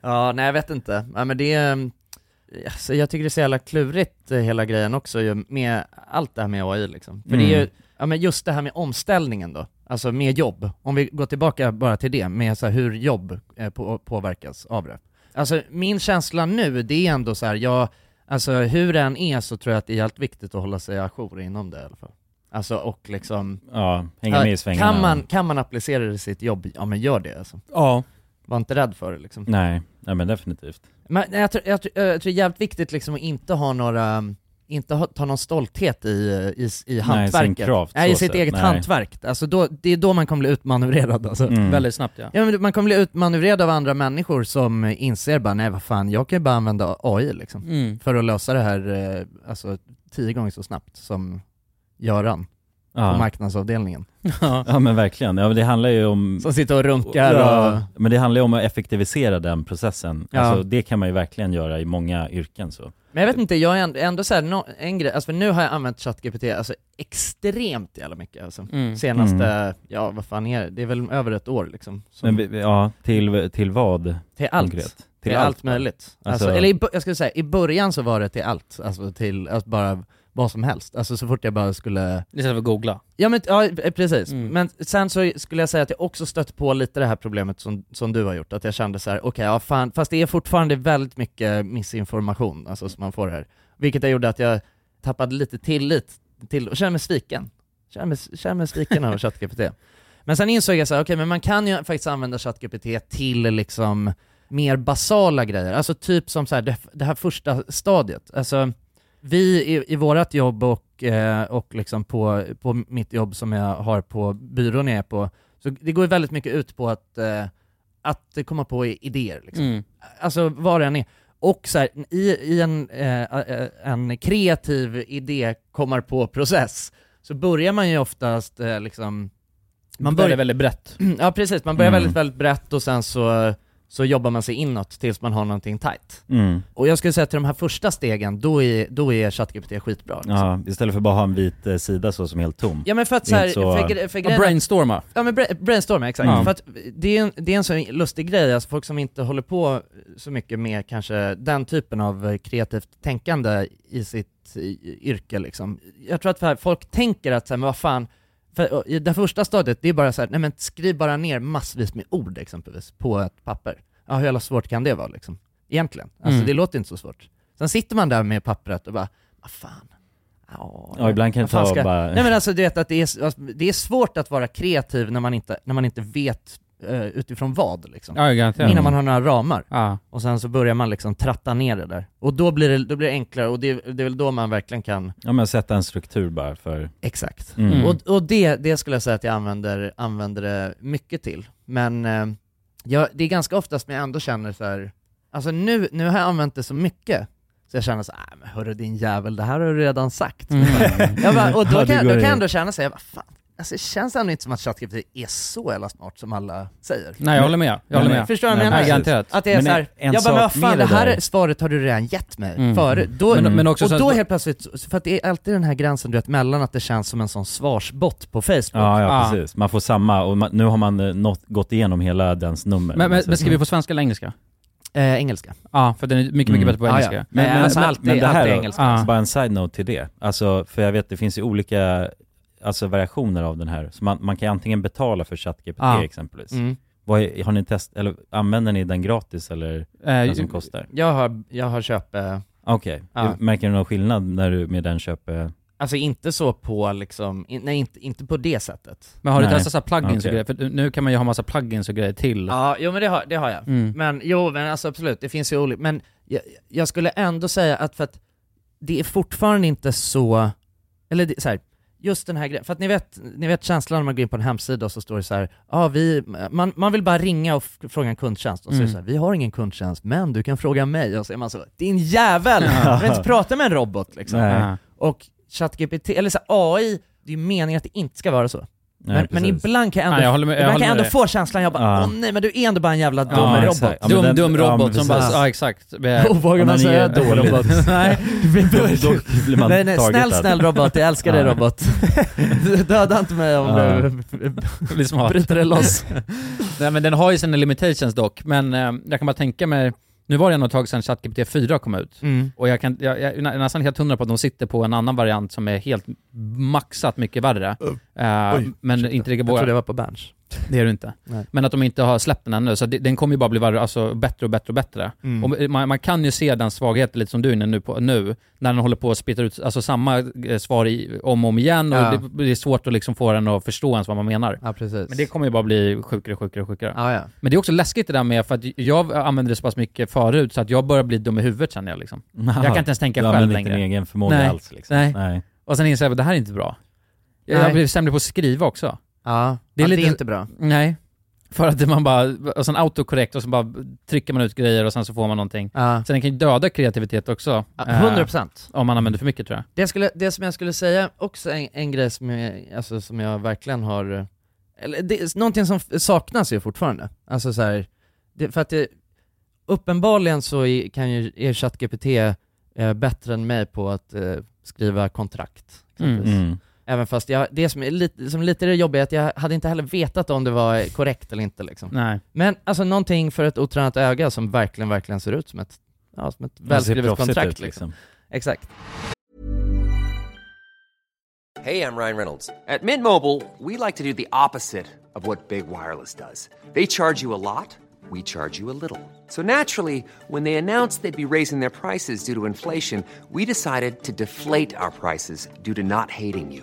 Ja, nej jag vet inte. Ja, men det är, ehm, alltså, jag tycker det är så jävla klurigt eh, hela grejen också ju, med allt det här med AI liksom. För det är ju,
Mm.
ja men just det här med omställningen då, alltså med jobb. Om vi går tillbaka bara till det, med så här, hur jobb eh, på, påverkas av det. Alltså min känsla nu, det är ändå så här, jag, alltså hur det än är så tror jag att det är helt viktigt att hålla sig ajour inom det i alla fall. Alltså och liksom...
Ja, hänga med i svängarna.
Kan man, kan man applicera det i sitt jobb, ja men gör det alltså.
Ja.
Var inte rädd för det liksom.
Nej, nej men definitivt.
Men nej, jag tror, jag, tror, jag tror det är jävligt viktigt liksom att inte ha några, inte ha, ta någon stolthet i, i, i hantverket.
craft,
nej, i
så
sitt
sett,
eget
nej.
hantverk. Alltså då, det är då man kommer bli utmanövrerad alltså.
Mm.
Väldigt snabbt ja.
Ja, men man kommer bli utmanövrerad av andra människor som inser bara nej vad fan, jag kan ju bara använda AI liksom.
Mm.
För att lösa det här eh, alltså, tio gånger så snabbt som Göran
Ja. Mm.
på marknadsavdelningen.
Ja men verkligen, ja, men det handlar ju om...
Som sitter och runkar och-
Men det handlar ju om att effektivisera den processen.
Ja.
Alltså det kan man ju verkligen göra i många yrken så.
Men jag vet inte, jag är ändå, ändå så här, nå- en grej, alltså för nu har jag använt ChatGPT alltså extremt jävla mycket alltså.
Mm.
Senaste, ja vad fan är det, det är väl över ett år liksom. Som,
Men, vi- vi- ja, till, till vad?
till allt.
konkret?
Till, allt,
bara.
möjligt. Alltså, eller i, bo- jag skulle säga, i början så var det till allt, alltså till, alltså bara vad som helst. Alltså så fort jag bara skulle
Istället för att googla.
Ja men ja, eh, precis, men sen så skulle jag säga att jag också stött på lite det här problemet som, som du har gjort, att jag kände så här: okej, ja fan, fast det är fortfarande väldigt mycket missinformation alltså, som man får här. Vilket jag gjorde att jag tappade lite tillit till, och kände mig sviken. Kände mig, kände mig sviken av ChatGPT. Men sen insåg jag så här, okej men man kan ju faktiskt använda ChatGPT till liksom mer basala grejer, alltså typ som så här, det, det här första stadiet. Alltså, vi i, i vårt jobb och, eh, och liksom på, på mitt jobb som jag har på byrån jag är på, så det går ju väldigt mycket ut på att, eh, att komma på i- idéer. Liksom.
Mm.
Alltså vad det än är. Och så här, i, i en, eh, eh, en kreativ idé kommer på process så börjar man ju oftast eh, liksom...
Man börjar väldigt brett.
Ja precis, man börjar
Mm.
väldigt, väldigt brett och sen så, så jobbar man sig inåt tills man har någonting tight.
Mm.
Och jag skulle säga att till de här första stegen, då är, då är ChatGPT skitbra. liksom.
Ja, istället för bara ha en vit eh, sida så som är helt tom.
Ja men för att
Det är
såhär,
inte så-
för, gre- för
Ja,
grejen...
brainstorma.
Ja men bra- brainstorma, exakt.
Ja.
För att det är, en, det är en så lustig grej, alltså folk som inte håller på så mycket med kanske den typen av eh, kreativt tänkande i sitt i- yrke liksom. Jag tror att för, folk tänker att såhär, men vad fan, för, och i det första stadiet, det är bara såhär, nej men skriv bara ner massvis med ord exempelvis på ett papper. Ja hur jävla svårt kan det vara liksom? Egentligen. Alltså
Mm.
det låter inte så svårt. Sen sitter man där med pappret och bara, vad fan, ja
Ja, ibland kan
vad
det
fan
ta
ska-
bara...
Nej men alltså du vet att det är, alltså, det är svårt att vara kreativ när man inte, när man inte vet eh, utifrån vad liksom.
Ja, garanterat.
Innan man har några ramar.
Ja.
Och sen så börjar man liksom tratta ner det där. Och då blir det, då blir det enklare och det, det är väl då man verkligen kan
Ja men sätta en struktur bara för...
Exakt.
Mm.
Och, och det, det skulle jag säga att jag använder, använder det mycket till. Men eh, jag, det är ganska oftast när jag ändå känner så här, alltså nu, nu har jag använt det så mycket, så jag känner så här, "Ah, men hörru din jävel, det här har du redan sagt. Jag bara, och
Mm. Ja,
då kan,
det
jag-
går
då kan jag
ju.
ändå känna så här, vad fan, alltså, det känns ändå inte som att ChatGPT är så jävla smart som alla säger.
Nej, jag håller med. Jag håller med.
Förstår du vad
Nej,
jag menar?
garanterat.
Att det är
Men
såhär,
en
jag bara, men vad
sak
fan,
med
det
det
här
där-
svaret har du redan gett mig
Mm.
förut. Då,
Men- men också
och
så-
då helt plötsligt, för att det är alltid den här gränsen du vet, mellan att det känns som en sån svarsbot på Facebook.
Ja, ja
Ah.
precis. Man får samma och man, nu har man eh, nått, gått igenom hela dens nummer.
Men, men, men skriver vi på svenska eller engelska?
Eh, engelska.
Ja, för den är mycket, mycket
Mm.
bättre på engelska.
Men, men,
alltså,
men,
alltid,
men det här
alltid
då, Ah.
engelska. Ah.
bara en side-note till det. Alltså, för jag vet det finns ju olika alltså, variationer av den här. Så man, man kan ju antingen betala för ChatGPT
Ja.
exempelvis.
Mm.
Vad är, har ni test, eller använder ni den gratis eller
Eh,
den som kostar?
Jag har, jag har köpt, eh,
Okej,
Ah.
Ja.
märker du någon skillnad när du med den köper?
alltså inte så på liksom, in, nej inte, inte på det sättet.
Men har du
Nej.
testat så här plugins
Okej.
och grejer? För nu kan man ju ha massa plugins och grejer till. Ah.
Ja, jo men det har, det har jag.
Mm.
Men jo, men alltså absolut, det finns ju olika, men jag, jag skulle ändå säga att för att det är fortfarande inte så, eller det, så här, just den här grejen, för att ni vet, ni vet känslan när man går in på en hemsida och så står det så här, ah, vi, man, man vill bara ringa och f- fråga en kundtjänst och så är det
Mm.
så här, vi har ingen kundtjänst, men du kan fråga mig och så är man så, din jävel! Jag vill inte prata med en robot liksom.
Nej.
Och ChatGPT, eller så här, AI, det är ju meningen att det inte ska vara så.
Nej,
men, men
precis.
ibland kan jag ändå,
Nej, jag håller med- jag
ibland
håller
kan jag
med
ändå
dig.
få känslan, jag bara
Ja.
åh nej men du är ändå bara en jävla dum
Ja,
robot.
exakt. Ja, men
dum,
den-
dum
ja, men
robot som bara,
precis.
ja exakt. Vi-
Och vågar
Ja,
man
men
säga
det är
dum
dåligt.
robot?
Nej.
Då, då blir man
Nej, nej, snäll
targetad.
snäll robot, jag älskar dig
Ja.
robot. Döda inte mig om
Ja.
du
blir smart.
bryter dig loss.
Nej men den har ju sina limitations dock, men eh, jag kan bara tänka mig, nu var det ändå ett tag sedan ChatGPT 4 kom ut.
Mm.
Och jag, kan, jag, jag är nä- nästan helt hundra på att de sitter på en annan variant som är helt maxat mycket värre. Eh,
Oj,
men
ursäkta.
inte lika
Jag trodde
bra.
jag var på bench.
Det är du inte.
Nej.
Men att de inte har släppt den ännu, så det, den kommer ju bara bli värre, alltså, bättre och bättre och bättre.
Mm.
Och eh, man, man kan ju se den svagheten lite som du är inne nu, på, nu när den håller på att spytta ut alltså, samma eh, svar i, om och om igen och
Ja.
det, det är svårt att liksom få den att förstå ens vad man menar.
Ja precis.
Men det kommer ju bara bli sjukare och sjukare och sjukare.
ja, ja.
Men det är också läskigt det där med, för att jag använde det så pass mycket förut så att jag börjar bli dum i huvudet känner jag liksom. Jag kan inte ens tänka
Du
själv
använder inte
längre.
din egen förmåga
Nej.
alls liksom.
Nej.
nej.
Och sen inser jag att det här är inte bra. Jag,
Nej.
jag blev sämre på att skriva också.
Ja,
Det är
Ja, det
lite-
är inte bra.
Nej. För att man bara, och sen autokorrekt och så bara trycker man ut grejer och sen så får man någonting.
Ja.
Sen den kan ju döda kreativitet också.
Ja,
eh,
100%.
om man använder för mycket tror jag.
Det, jag skulle, det som jag skulle säga, också en, en grej som jag, alltså, som jag verkligen har, eller det, någonting som f- saknas ju fortfarande. Alltså så här, det, för att det, uppenbarligen så i- kan ju er ChatGPT eh, bättre än mig på att eh, skriva kontrakt. exempelvis.
Mm.
Även fast jag, det som är lite, som lite är det jobbiga är att jag hade inte heller vetat om det var korrekt eller inte liksom.
Nej.
Men alltså någonting för ett otränat öga som verkligen, verkligen ser ut som ett, ja, som ett
Det ser
välskrivet
proffsigt
kontrakt
ut,
liksom. Exakt.
Hey, I'm Ryan Reynolds. At Mint Mobile, we like to do the opposite of what Big Wireless does. They charge you a lot, we charge you a little. So naturally, when they announced they'd be raising their prices due to inflation, we decided to deflate our prices due to not hating you.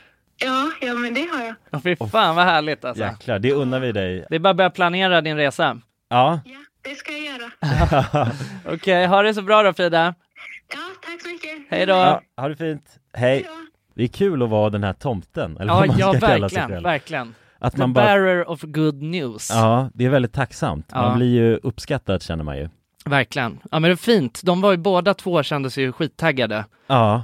Ja, ja, men det har jag.
Ja. Fy fan vad härligt alltså.
Jäklar, det unnar vi dig.
Det är bara att börja planera din resa.
Ja.
Det ska jag göra.
Okej, ha det så bra då Frida.
Tack så mycket.
Hej då.
ja ha det fint. Hej. Det är kul att vara den här tomten, eller
Ja,
vad man ska
ja
kalla sig
verkligen,
själv.
verkligen.
Att
The
man bara-
bearer of good news.
Ja, det är väldigt tacksamt.
Ja.
Man blir ju uppskattad känner man ju.
Verkligen. Ja men det är fint. De var ju båda två kände sig ju skittaggade
Ja.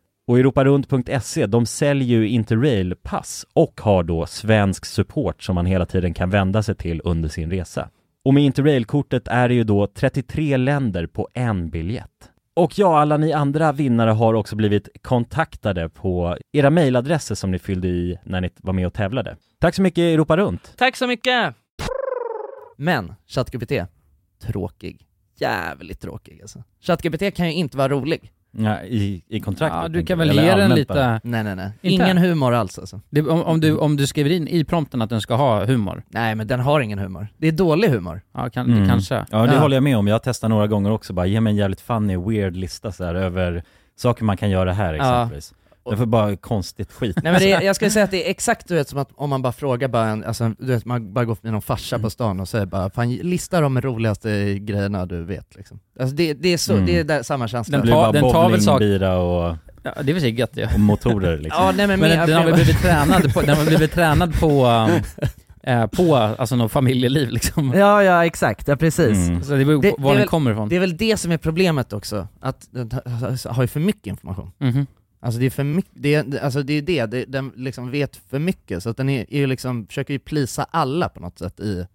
Och europarunt.se, E, de säljer ju Interrail-pass och har då svensk support som man hela tiden kan vända sig till under sin resa. Och med Interrail-kortet är det ju då 33 länder på en biljett. Och ja, alla ni andra vinnare har också blivit kontaktade på era mejladresser som ni fyllde i när ni var med och tävlade. Tack så mycket Europa Runt!
Tack så mycket! Men, ChatGPT, tråkig. Jävligt tråkig alltså. ChatGPT kan ju inte vara rolig.
Ja, i, i kontraktet.
Ja, du kan väl ge den lite...
Nej, nej, nej.
Inte?
Ingen humor alls alltså.
Det, om, om, du, om du skriver in i prompten att den ska ha humor?
Nej, men den har ingen humor. Det är dålig humor.
Ja, kan, kanske.
Mm. Ja, det håller jag med om. Jag har testat några gånger också bara, ge mig en jävligt funny, weird lista så här över saker man kan göra här exempelvis. Det var bara konstigt skit.
Nej men det är, jag skulle säga att det är exakt du vet, som att om man bara frågar bara en, alltså, du vet, man bara går med någon farsa på stan och säger bara fan lista de roligaste grejerna du vet liksom. Alltså det, det är så,
Mm.
det är där, samma känsla.
Den, tar, den tar väl saker... bira och,
Ja, det är väl gött ju.
och motorer liksom.
Ja, nej, men
men
mer-
den har väl
mer-
blivit tränad på, den har väl blivit tränad på, um, eh, på alltså något familjeliv liksom.
Ja ja exakt, ja precis.
Mm. Så det beror på var den
väl,
kommer ifrån.
Det är väl det som är problemet också, att den har- har ju för mycket information.
Mhm.
Alltså det är för mycket, det är, alltså det är det, det den liksom vet för mycket så att den är, är ju liksom, försöker ju plisa alla på något sätt i,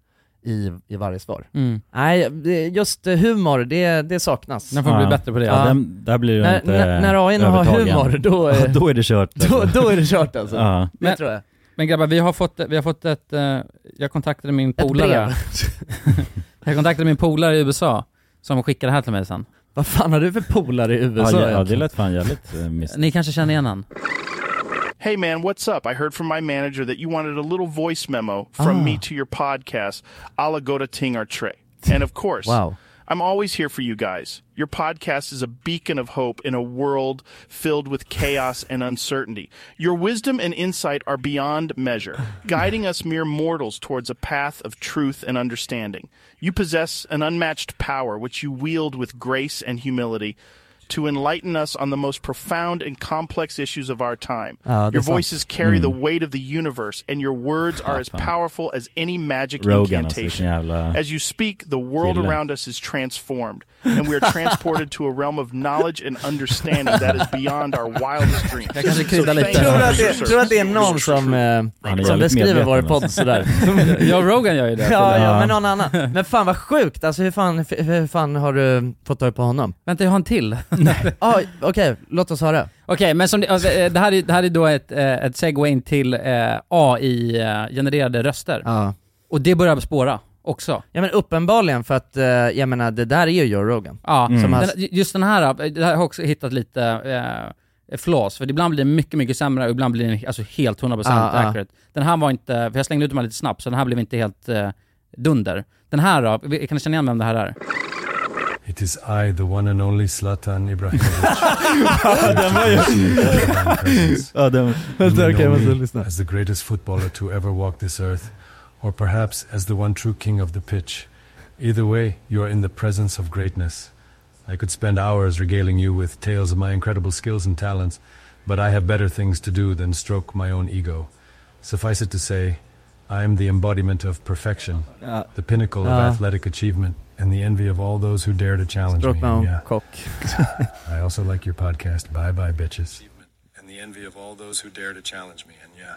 i, i varje svar.
Mm.
Nej, det- just eh, humor, det, det saknas.
Den får bli bättre på det.
Ja,
Ja.
Den, där blir du
När-
inte
när- när AI har
övertagen.
humor, då är-
Ja, då är det kört.
Då, då är det kört alltså.
Ja.
Det tror jag.
Men grabbar, vi har fått, vi har fått ett... eh, jag kontaktade min polare.
brev.
jag kontaktade min polare i USA som skickade det här till mig sen.
Vad fan har du för polare i USA?
ja, ja, det
egentligen?
lät fan jävligt eh, mystiskt.
Ni kanske känner igen han?
Hey man, what's up? I heard from my manager that you wanted a little voice memo from
Ah.
me to your podcast, Alagoda Ting or Trey. And of course,
Wow.
I'm always here for you guys. Your podcast is a beacon of hope in a world filled with chaos and uncertainty. Your wisdom and insight are beyond measure, guiding us mere mortals towards a path of truth and understanding. You possess an unmatched power which you wield with grace and humility to enlighten us on the most profound and complex issues of our time.
Ah,
your
that's not-
voices carry the
Mm.
weight of the universe, and your words are as powerful as any magic
Rogan alltså, vilken
incantation.
jävla...
As you speak, the world
Gillar.
around us is transformed, and we are transported to a realm of knowledge and understanding that is beyond our wildest dreams.
Jag kanske kryddar
thank
lite.
you
Tror du
for
att
your
det,
service.
tror att det är någon som,
är
eh, som
jävligt
beskriver
medveten
vår
alltså.
podd sådär?
Ja, Rogan gör ju det.
Ja, ja,
Ja.
men någon annan. Men fan vad sjukt, alltså hur fan, hur fan har du fått tag på honom?
Vänta, jag har en till.
Nej. Ah, Okej, låt oss höra.
Okej, men som det, alltså, eh, det, här är, det här är då ett, eh, ett segway in till eh, AI-genererade röster. Och det börjar spåra också.
Ja men uppenbarligen för att, eh, jag menar det där är ju Joe Rogan.
Ja,
Som han,
den, just den här, eh, det här har jag också hittat lite eh, flaws, för ibland blir den mycket, mycket sämre och ibland blir den alltså helt 100%
Ja, ja.
accurate. Den här var inte, för jag slängde ut dem här lite snabbt, så den här blev inte helt eh, dunder. Den här då, vi- kan ni känna igen vem det här är?
It is I, the one and only Zlatan Ibrahimovic.
den var ju- Ja, den-
You
Vänta, okej,
may
jag
know
måste
me
lyssna.
As the greatest footballer to ever walk this earth, or perhaps as the one true king of the pitch. Either way, you are in the presence of greatness. I could spend hours regaling you with tales of my incredible skills and talents, but I have better things to do than stroke my own ego. Suffice it to say, I am the embodiment of perfection,
Ah.
the pinnacle of
Ah.
athletic achievement, and the envy of all those who dare to challenge
Stroke
me.
my own
Yeah. I also like your podcast. Bye bye, bitches. And the envy of all those who dare to challenge me. And yeah,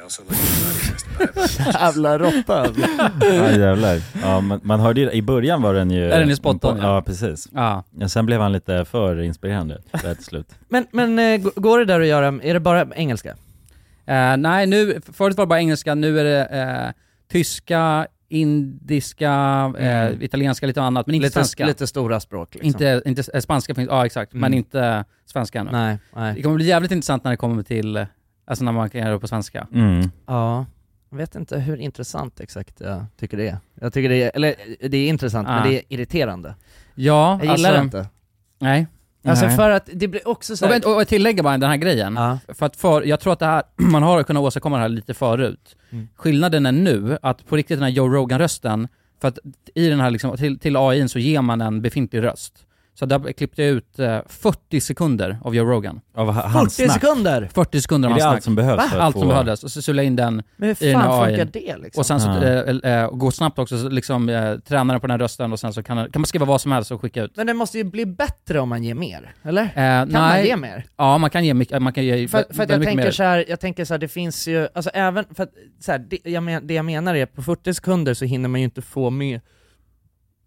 I also like your podcast. Bye bye.
Jävla råtta alltså.
Ja jävlar. Ja, man, man hörde ju, i början var den ju...
Där är den ju spot on, ja.
ja. precis.
Ja.
Men sen blev han lite för inspirerande där till slut.
Men, men eh, g- går det där att göra, är det bara engelska?
Eh, nej, nu, förut var det bara engelska, nu är det eh, tyska, indiska, eh, italienska, lite annat, men inte
Mm. Lite-
svenska.
lite stora språk, liksom.
Inte, inte, eh, spanska finns, ja exakt, men
Mm.
inte svenska ännu.
Nej, nej.
Det kommer bli jävligt intressant när det kommer till, alltså när man kan göra det på svenska.
Ja, jag vet inte hur intressant exakt jag tycker det är. Jag tycker det är, eller eh, det är intressant
Ah.
men det är irriterande.
Ja,
Jag gillar
alltså,
det inte.
Nej.
Alltså för att det blir också så
Och,
här-
vänt- och jag tillägger bara den här grejen. För att för, jag tror att det här, man har kunnat åstadkomma det här lite förut.
Mm.
Skillnaden är nu att på riktigt den här Joe Rogan-rösten, för att i den här liksom, till, till AI så ger man en befintlig röst. Så där klippte jag ut eh, 40 sekunder av Joe Rogan.
Av ha- hans 40 snack. sekunder?
40 sekunder av
Är det
hans
allt
snack.
som behövs
Va?
för att
Allt som
få-
behövdes. Och så sulade jag in den
Men hur
i den här
fan funkar
AI.
det, liksom?
Och sen så
Ah.
eh, eh, går snabbt också, så liksom, eh, tränar den på den här rösten och sen så kan, kan man skriva vad som helst och skicka ut.
Men det måste ju bli bättre om man ger mer, eller?
Eh,
kan
nej.
man ge mer?
Ja, man kan ge mycket, man kan
För,
ge
för att jag
mycket
tänker,
mer.
så här, jag tänker så här, det finns ju, alltså även, för att, så här, det, jag men, det jag menar är på 40 sekunder så hinner man ju inte få med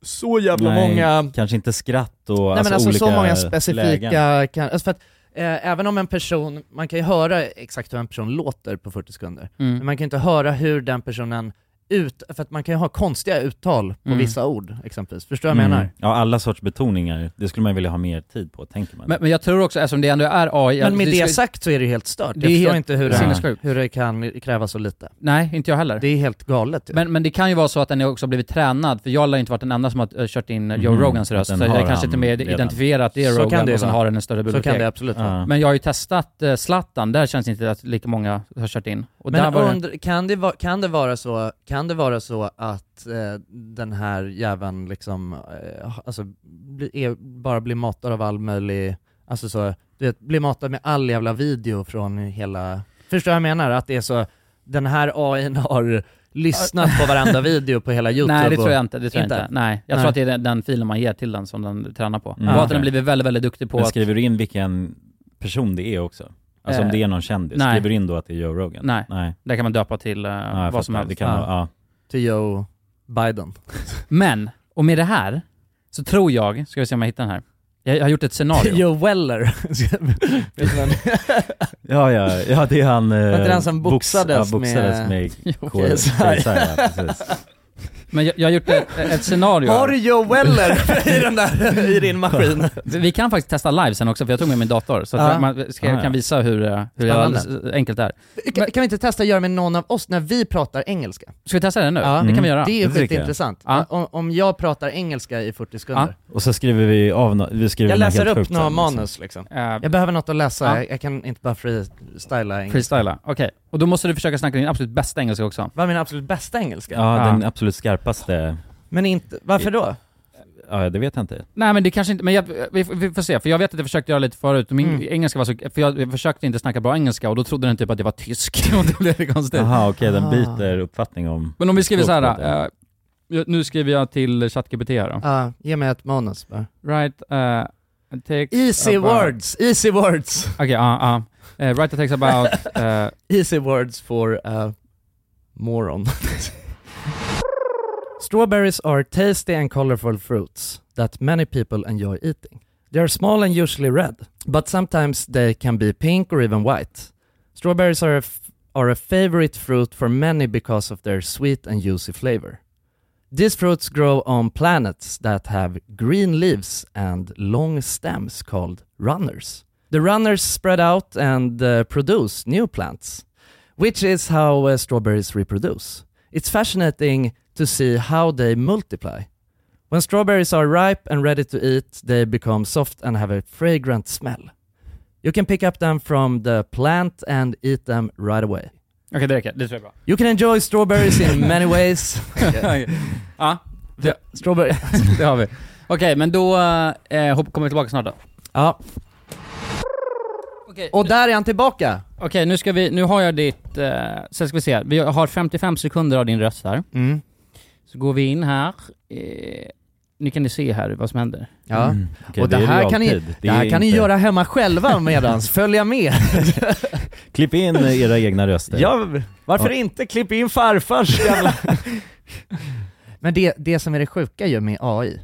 så jävla
Nej,
många
Kanske inte skratt och
Nej men alltså
olika
så många specifika,
lägen.
kan, alltså för att eh, även om en person, man kan ju höra exakt hur en person låter på 40 sekunder,
Mm.
men man kan ju inte höra hur den personen ut, för att man kan ju ha konstiga uttal på
Mm.
vissa ord exempelvis, förstår du vad jag
Mm.
menar?
Ja, alla sorts betoningar. Det skulle man ju vilja ha mer tid på, tänker man.
Men, men jag tror också, eftersom det ändå är AI...
Men med det
ska-
sagt så är det ju helt stört,
Det
jag
är
förstår
helt
inte hur det,
sinnessjukt.
hur det kan kräva så lite.
Nej, inte jag heller.
Det är helt galet
men, men det kan ju vara så att den också har blivit tränad, för jag lär ju inte varit den enda som har eh, kört in Joe
Mhm,
Rogans
att
röst.
den
Så
har
jag kanske
han
till och med
redan.
identifierar att det är
Så kan
Rogan
det
och sen
vara.
har den en större
Så kan
bibliotek.
det absolut vara. Ja.
Men jag har ju testat eh, Zlatan, där känns det inte att lika många har kört in. Och där
men
var det-
undr- kan, det va, kan, det vara så, kan det vara så att eh, den här jäveln liksom, eh, ha- alltså, bli, är, bara blir matad av all möjlig, alltså så, du vet, blir matad med all jävla video från hela, förstår jag vad jag menar? Att det är så, den här AIn har lyssnat på varenda video på hela youtube
Nej, det
och-
tror jag inte. Det tror jag inte. Nej, jag tror att det är den, den filen man ger till den som den tränar på. Och att den har blivit väldigt, väldigt duktig på
Men
att...
skriver du in vilken person det är också? Alltså om
Eh,
det är någon kändis,
nej.
skriver du in då att det är Joe Rogan?
Nej.
nej.
Där kan man döpa till eh,
jag
vad som
fattar.
helst.
Det kan vara- ja.
Till Joe Biden.
Men, och med det här, så tror jag, ska vi se om jag hittar den här. Jag, jag har gjort ett scenario.
Joe Weller.
Ja, ja, ja det är han... eh,
Var inte den som
box-
boxades
ja, boxades
med-
med...
Okej,
KSI,
sorry.
ja, precis.
Men jag, jag har gjort ett, ett scenario.
Har du
här.
Joe Weller i, den där, i din maskin?
Vi kan faktiskt testa live sen också, för jag tog med min dator. Så att
Ja.
jag- man ska,
Ah, ja.
kan visa hur, eh, hur jag,
Spännande.
enkelt det är.
Kan, kan vi inte testa att göra med någon av oss när vi pratar engelska?
Ska vi testa det nu?
Ja, Mm.
Det kan vi göra.
Det
Det
är
tycker jag.
skitintressant. Om, om jag pratar engelska i 40 sekunder.
Och så skriver vi av no- vi skriver
Jag
något
läser
helt
upp
sjukt
några
sen,
manus liksom. Jag behöver något att läsa, jag, jag kan inte bara freestyla engelska.
Eh, Freestyla, okej. Och då måste du försöka snacka din absolut bästa engelska också.
Vad är min absolut bästa engelska?
Ja, den absolut skarpaste...
Men inte, varför då?
Ja, det vet jag inte.
Nej men det kanske inte, men jag, eh, vi, vi får se. För jag vet att jag försökte göra lite förut, och min
Mm.
engelska var så, för jag, jag försökte inte snacka bra engelska och då trodde den typ att jag var tysk. Och då blev det konstigt.
Jaha, okej,
Ah.
den byter uppfattning om...
Men om vi skriver så
språket.
här, eh, jag- nu skriver jag till ChatGPT här då.
Ja, ge mig ett manus bara.
Write uh, text
Easy
about-
words, easy words.
Okej, ja, ja. Eh, Write a text about... eh,
Easy words for uh, moron. Strawberries are tasty and colorful fruits that many people enjoy eating. They are small and usually red, but sometimes they can be pink or even white. Strawberries are a, f- are a favorite fruit for many because of their sweet and juicy flavor. These fruits grow on planets that have green leaves and long stems called runners. The runners spread out and uh, produce new plants, which is how uh, strawberries reproduce. It's fascinating to see how they multiply. When strawberries are ripe and ready to eat, they become soft and have a fragrant smell. You can pick up them from the plant and eat them right away.
Okej, det räcker. Det tror jag är bra.
You can enjoy strawberries in many ways.
Okej. Ja, det,
Strawberry.
det har vi. Okej, men då eh, hopp- kommer vi tillbaka snart då.
Ja. Och där är han tillbaka!
Okej, nu ska vi, nu har jag ditt, eh, sen ska vi se, vi har 55 sekunder av din röst här.
Mm.
Så går vi in här, eh, nu kan ni se här vad som händer.
Ja.
Mm, okej,
och det,
det är
här kan ni,
realtid.
det
Det är
här kan ni
inte-
göra hemma själva medans, följa med.
Klipp in era egna röster.
Ja, varför
Ja.
inte? Klipp in farfars jävla... Men det, det som är det sjuka ju med AI,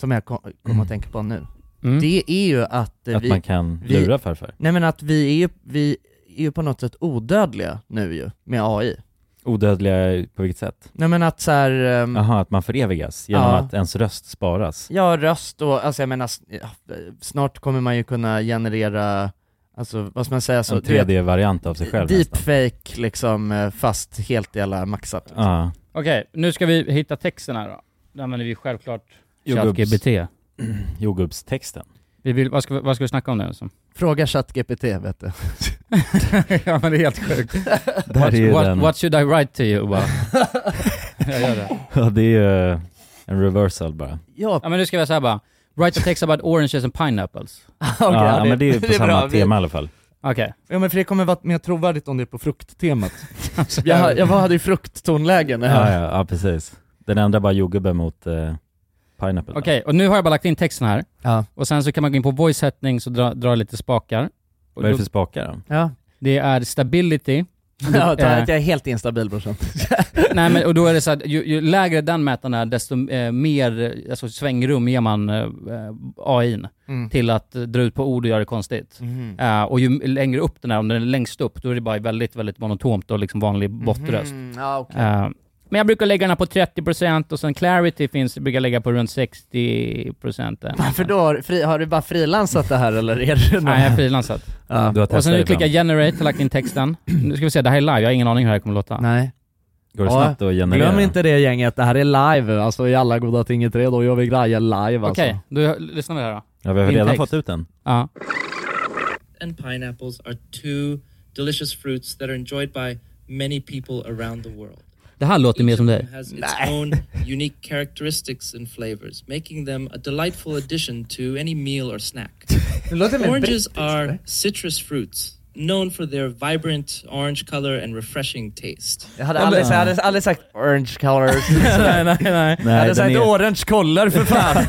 som jag kom- kommer att tänka på nu,
Mm.
det är ju att eh,
Att
vi...
man kan
vi-
lura farfar.
Nej men att vi är ju, vi är ju på något sätt odödliga nu ju, med AI.
Odödliga på vilket sätt?
Nej men att så här, ehm,
Jaha, Mm. att man förevigas genom
Ja.
att ens röst sparas.
Ja, röst och, alltså jag menar, s- ja, snart kommer man ju kunna generera, alltså vad ska man säga så?
en
du vet,
3D-variant av sig själv nästan.
Deepfake liksom, eh, fast helt jävla maxat. Liksom.
Ja.
Okej, nu ska vi hitta texten här då. Den använder vi självklart
Jordgubbs-
ChatGPT.
Jordgubbstexten.
Vi vill, vad, ska, vi- vad ska vi snacka om nu? alltså? Som?
Fråga ChatGPT vet du.
ja men det är helt sjukt.
Där är ju
what,
den.
what should I write to you? Bara. jag gör det.
Ja, det är ju en reversal bara.
Ja.
ja men nu ska vi säga bara, write a text about oranges and pineapples.
Okej,
ja,
ja,
men det är ju på samma
bra. Vi-
tema i alla fall.
Okej.
Ja men för det kommer vara mer trovärdigt om det är på frukttemat. jag, jag var- hade ju frukttonläge när jag...
Ja, ja, ja precis. Den ändrar bara jordgubben mot eh, pineapple.
Okej, och nu har jag bara lagt in texten här.
Ja.
Och sen så kan man gå in på voice settings och dra, dra lite spakar. Och
Vad är det
då-
för spakar då?
Ja.
det är stability.
Ja,
Eh,
jag är helt instabil brorsan.
Nej men och då är det så att ju, ju lägre den mätaren är desto eh, mer eh, alltså, svängrum ger man eh, AIn
Mm.
till att eh, dra ut på ord och göra det konstigt.
Mhm.
Mm-hmm.
Eh, och ju längre upp den är, om den är längst upp, då är det bara väldigt, väldigt monotont och liksom vanlig bottröst.
Mm, ja, okej.
Eh, men jag brukar lägga den här på 30% och sen clarity finns, brukar jag lägga på runt 60%. där.
Varför då? Har, du fri, har du bara frilansat det här eller är det någon-
Nej, jag har frilansat.
Ja.
Du har
Och sen nu
testat
klickar jag generate och lagt in texten. Nu ska vi se, det här är live, jag har ingen aning hur det här kommer låta.
Nej.
Går det
Ja,
snabbt att generera?
Glöm inte det gänget, det här är live alltså i alla goda ting i tre, då gör vi grejer live alltså.
Okej, då lyssnar vi här då.
Ja, vi har
Din
redan
text.
fått ut den.
Ja.
and pineapples are two delicious fruits that are enjoyed by many people around the world.
Det här låter mer som dig.
It has its own unique characteristics and flavors, making them a delightful addition to any meal or snack.
låter mer
Oranges
brittiskt,
are
nej?
citrus fruits, known for their vibrant orange color and refreshing taste.
Jag hade aldrig, jag hade aldrig sagt orange colors. nej, nej, nej. Jag
Nej,
hade
den
sagt
är-
orange collar för fan.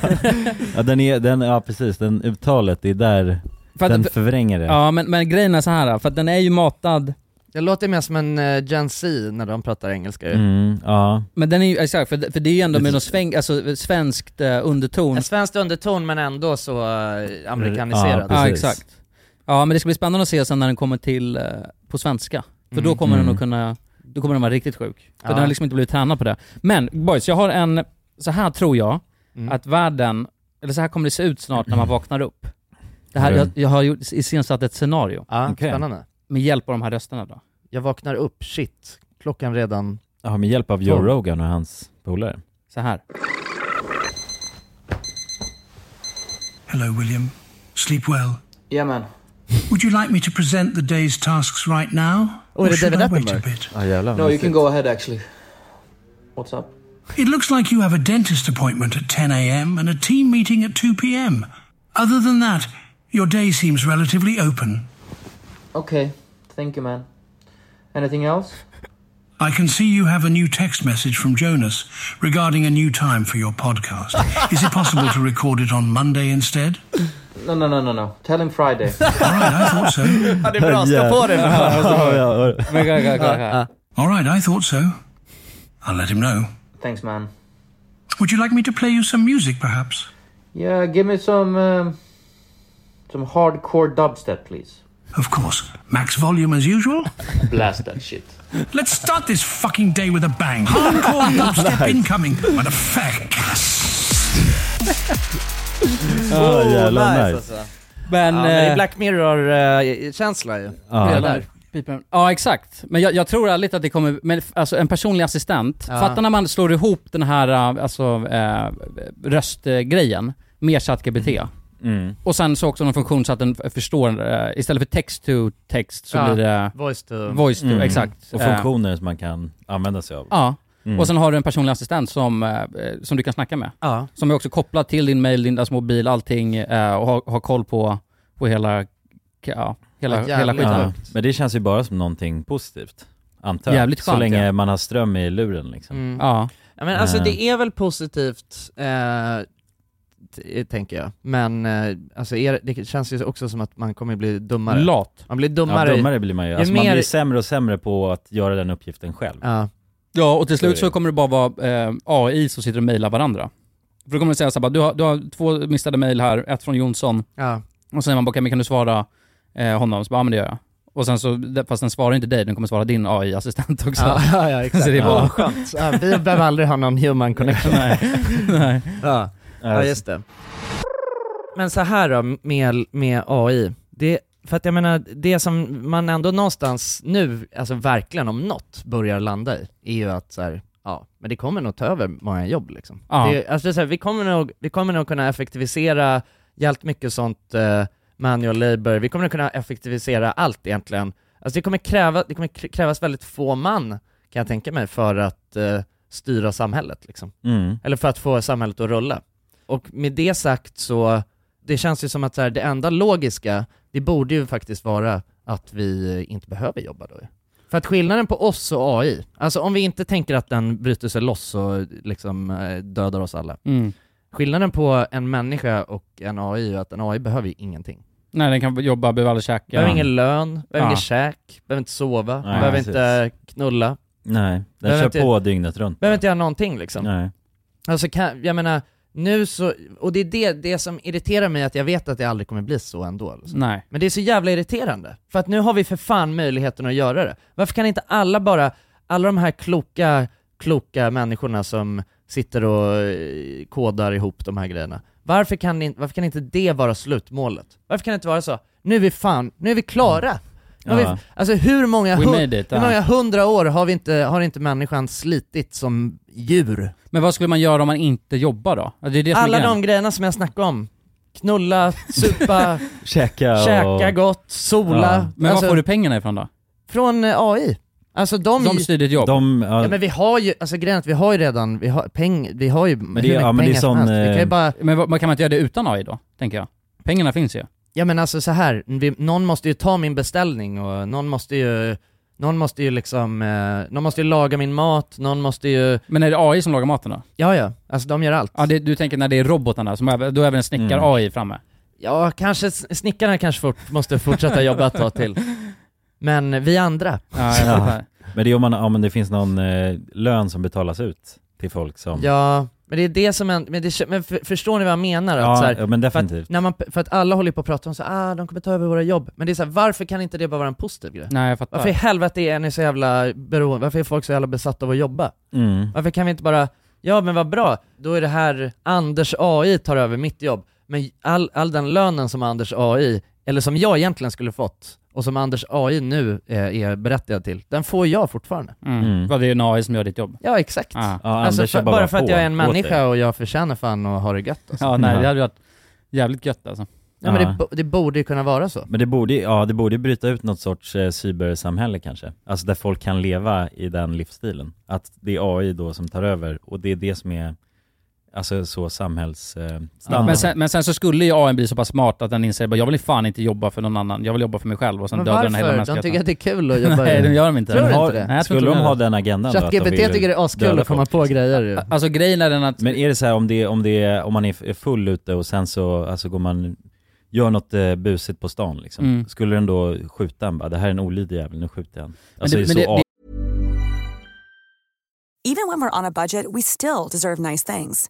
Ja, den är, den, ja precis, den uttalet, det är där
För att-
den förvränger det.
Ja, men, men grejen är så här för att den är ju matad
Det låter mer som en uh, Gen Z när de pratar engelska ju.
Mm, ja.
Men den är ju, exakt, för, för det är ju ändå med någon sväng, alltså, svenskt eh, underton.
En svenskt underton men ändå så eh, amerikaniserad.
Ja, exakt. Ja, men det ska bli spännande att se sen när den kommer till, eh, på svenska. För då
Mm.
kommer den
Mm.
att kunna, då kommer den vara riktigt sjuk. För
Ja.
den har liksom inte blivit tränad på det. Men boys, jag har en, så här tror jag
Mm.
att världen, eller så här kommer det se ut snart när man vaknar upp. Det här,
Mm.
jag, jag har gjort- iscensatt ett scenario.
Ja, Okej. spännande.
Med hjälp av de här rösterna då.
Jag vaknar upp, shit, klockan redan...
ja, med hjälp av Joe
Tolv.
Rogan och hans polare.
Så här.
Hello, William. Sleep well.
Yeah, man.
Would you like me to present the day's tasks right now?
Oh, is it
should
David
I wait a
Attenborough?
bit?
Ja, jävlar.
No, you can go ahead actually. What's up?
It looks like you have a dentist appointment at 10 a.m. and a team meeting at 2 p.m. Other than that, your day seems relatively open.
Okay, thank you, man. Anything else?
I can see you have a new text message from Jonas regarding a new time for your podcast. Is it possible to record it on Monday instead?
No, no, no, no, no. Tell him Friday.
I thought so.
Ja, det är bra. Slå på det för fan, alltså. Ja, ja, ja. Men gå, gå, gå, gå.
All right, I thought so. I'll let him know.
Thanks, man.
Would you like me to play you some music, perhaps?
Yeah, give me some um, some hardcore dubstep, please.
Of course. Max volume as usual.
Blast that shit.
Let's start this fucking day with a bang. Hardcore dubstep
Nice.
incoming. What a fag.
Ja, jävlar, nice.
Men,
ja, men det
eh,
är Black Mirror-känsla ju.
Ja. Ja exakt, men jag, jag tror ärligt att det kommer, men f- alltså en personlig assistent,
Ja.
fatta när man slår ihop den här äh, alltså, eh, röstgrejen med ChatGPT.
Mm.
Och sen så också någon funktion så att den f- förstår, eh, istället för text to text så
Ja,
blir det...
voice to-
Voice to,
Mm.
exakt.
Och
Eh,
funktioner som man kan använda sig av.
Ja.
Mm.
Och sen har du en personlig assistent som, eh, som du kan snacka med.
Ja.
Som är också kopplad till din mail, din alltså mobil, allting eh, och har, har koll på, på hela, ja, hela, hela skiten.
Ja, Men det känns ju bara som någonting positivt, antar jag.
Jävligt
Så
skönt,
länge
ja.
man har ström i luren liksom.
Mm.
Ja.
Ja, men alltså
Eh,
det är väl positivt, eh, t- tänker jag. Men eh, alltså är, det känns ju också som att man kommer bli dummare.
Lat.
Man blir dummare.
Ja, dummare blir man ju.
Ju
Alltså man
mer-
blir sämre och sämre på att göra den uppgiften själv.
Ja.
Ja, och till
Så är
slut
det.
så kommer det bara vara eh, AI som sitter och mejlar varandra. För då kommer det säga så här, bara, du, har, du har två missade mejl här, ett från Jonsson.
Ja.
Och så säger man bara, okej, men kan du svara eh, honom? Så bara, ja men det gör jag. Och sen så, fast den svarar inte dig, den kommer svara din AI-assistent också.
Ja, ja, ja, exakt.
Så det är bara...
Ja, skönt. Ja, vi behöver aldrig ha någon human connection.
Nej. Nej.
Ja. ja, just det. Men så här då, med, med AI. Det, för att jag menar, det som man ändå någonstans nu, alltså verkligen om något, börjar landa i, är ju att så här, ja, men det kommer nog ta över många jobb liksom.
Ja.
Det, alltså så här, vi, kommer nog, vi kommer nog kunna effektivisera jävligt mycket sånt eh, manual labor, vi kommer nog kunna effektivisera allt egentligen. Alltså det kommer, kräva, det kommer kr- krävas väldigt få man, kan jag tänka mig, för att eh, styra samhället liksom.
Mm.
Eller för att få samhället att rulla. Och med det sagt så, det känns ju som att så här, det enda logiska, det borde ju faktiskt vara att vi inte behöver jobba då ju. För att skillnaden på oss och AI, alltså om vi inte tänker att den bryter sig loss och liksom eh, dödar oss alla.
Mm.
Skillnaden på en människa och en AI är ju att en AI behöver ju ingenting.
Nej, den kan jobba, behöver aldrig käka.
Behöver ingen lön, behöver
Ja.
ingen käk, behöver inte sova,
Nej,
behöver
precis.
inte knulla.
Nej, den
Behöver
kör
inte-
på dygnet runt.
Behöver inte göra någonting liksom.
Nej.
Alltså kan, jag menar, nu så, och det är det, det som irriterar mig att jag vet att det aldrig kommer bli så ändå. Liksom.
Nej.
Men det är så jävla irriterande, för att nu har vi för fan möjligheten att göra det. Varför kan inte alla bara, alla de här kloka, kloka människorna som sitter och eh, kodar ihop de här grejerna, varför kan, in- varför kan inte det vara slutmålet? Varför kan det inte vara så, nu är vi fan, nu är vi klara! Nu har
Ja.
vi, alltså hur många,
We
hun-
made it,
hur
ja.
många hundra år har, vi inte, har inte människan slitit som djur?
Men vad skulle man göra om man inte jobbar då? Ja, Det är det som
Alla
är
de
grejen.
grejerna som jag snackade om. Knulla, supa,
Käka och...
käka gott, sola.
Ja. Men
Alltså,
var får du pengarna ifrån då?
Från eh, AI. Alltså de...
De styr ditt jobb?
De,
Ja men vi har ju, alltså grejen är att vi har ju redan, vi har, peng, vi har ju men
det-
hur mycket
ja, men det är
pengar som
sån,
helst. Vi kan ju
eh,
bara...
Men vad, kan man inte göra det utan AI då, tänker jag? Pengarna finns ju.
Ja men alltså så här, vi, någon måste ju ta min beställning och någon måste ju, någon måste ju liksom, eh, någon måste ju laga min mat, någon måste ju...
Men är det AI som lagar maten då?
Ja ja, alltså de gör allt.
Ja, det, du tänker när det är robotarna, som är, då är väl en snickar
Mm.
AI framme?
Ja, kanske, s- snickarna kanske fort, måste fortsätta jobba ett tag till. Men vi andra.
Ja. Men det är om man, om det finns någon eh, lön som betalas ut till folk som...
Ja, men det är det som en, men, det, men för, förstår ni vad jag menar?
Ja,
att så här,
ja, men
För att,
definitivt.
när man, för att alla håller på och pratar om så här, ah, de kommer ta över våra jobb. Men det är så här, varför kan inte det bara vara en positiv grej?
Nej, jag fattar.
Varför i helvete är ni så jävla beroende, varför är folk så jävla besatta av att jobba?
Mm.
Varför kan vi inte bara, ja men vad bra, då är det här, Anders AI tar över mitt jobb, men all, all den lönen som Anders AI, eller som jag egentligen skulle fått, och som Anders AI nu är, är berättigad till, den får jag fortfarande.
Mm. Vad, det är en AI som gör ditt jobb.
Ja exakt.
Ja.
alltså, för, bara, för att jag är en människa och jag förtjänar fan att ha det gött alltså.
Ja, nej, det hade varit jävligt gött alltså.
Ja, men det, bo- det borde ju kunna vara så.
Men det borde, ju- ja, det borde ju bryta ut något sorts eh, cybersamhälle kanske. Alltså där folk kan leva i den livsstilen. Att det är AI då som tar över och det är det som är, alltså så samhälls... Eh, standard.
Men, sen, men sen så skulle ju AI bli så pass smart att den inser bara, jag vill fan inte jobba för någon annan, jag vill jobba för mig själv och sen
Men
dödar den hela
varför?
mänskligheten.
De tycker att det är kul att jobba
Nej,
i-
det gör de inte.
Tror du
Men
inte
har-
det?
Nej, jag tror
Skulle
inte
de
gör
ha den agendan då, att de
ChatGPT
vill
tycker det är askul
döda
att komma på grejer ju.
Alltså grejen är den att...
Men är det så här om, det, om, det, om man är är full ute och sen så alltså går man, gör något eh, busigt på stan liksom.
Mm.
Skulle den då skjuta en bara, det här är en olydig jävel, nu skjuter jag en.
Men
Alltså
det-
det,
men
är
det-
så
det-
Even when we're on a budget, we still deserve nice things.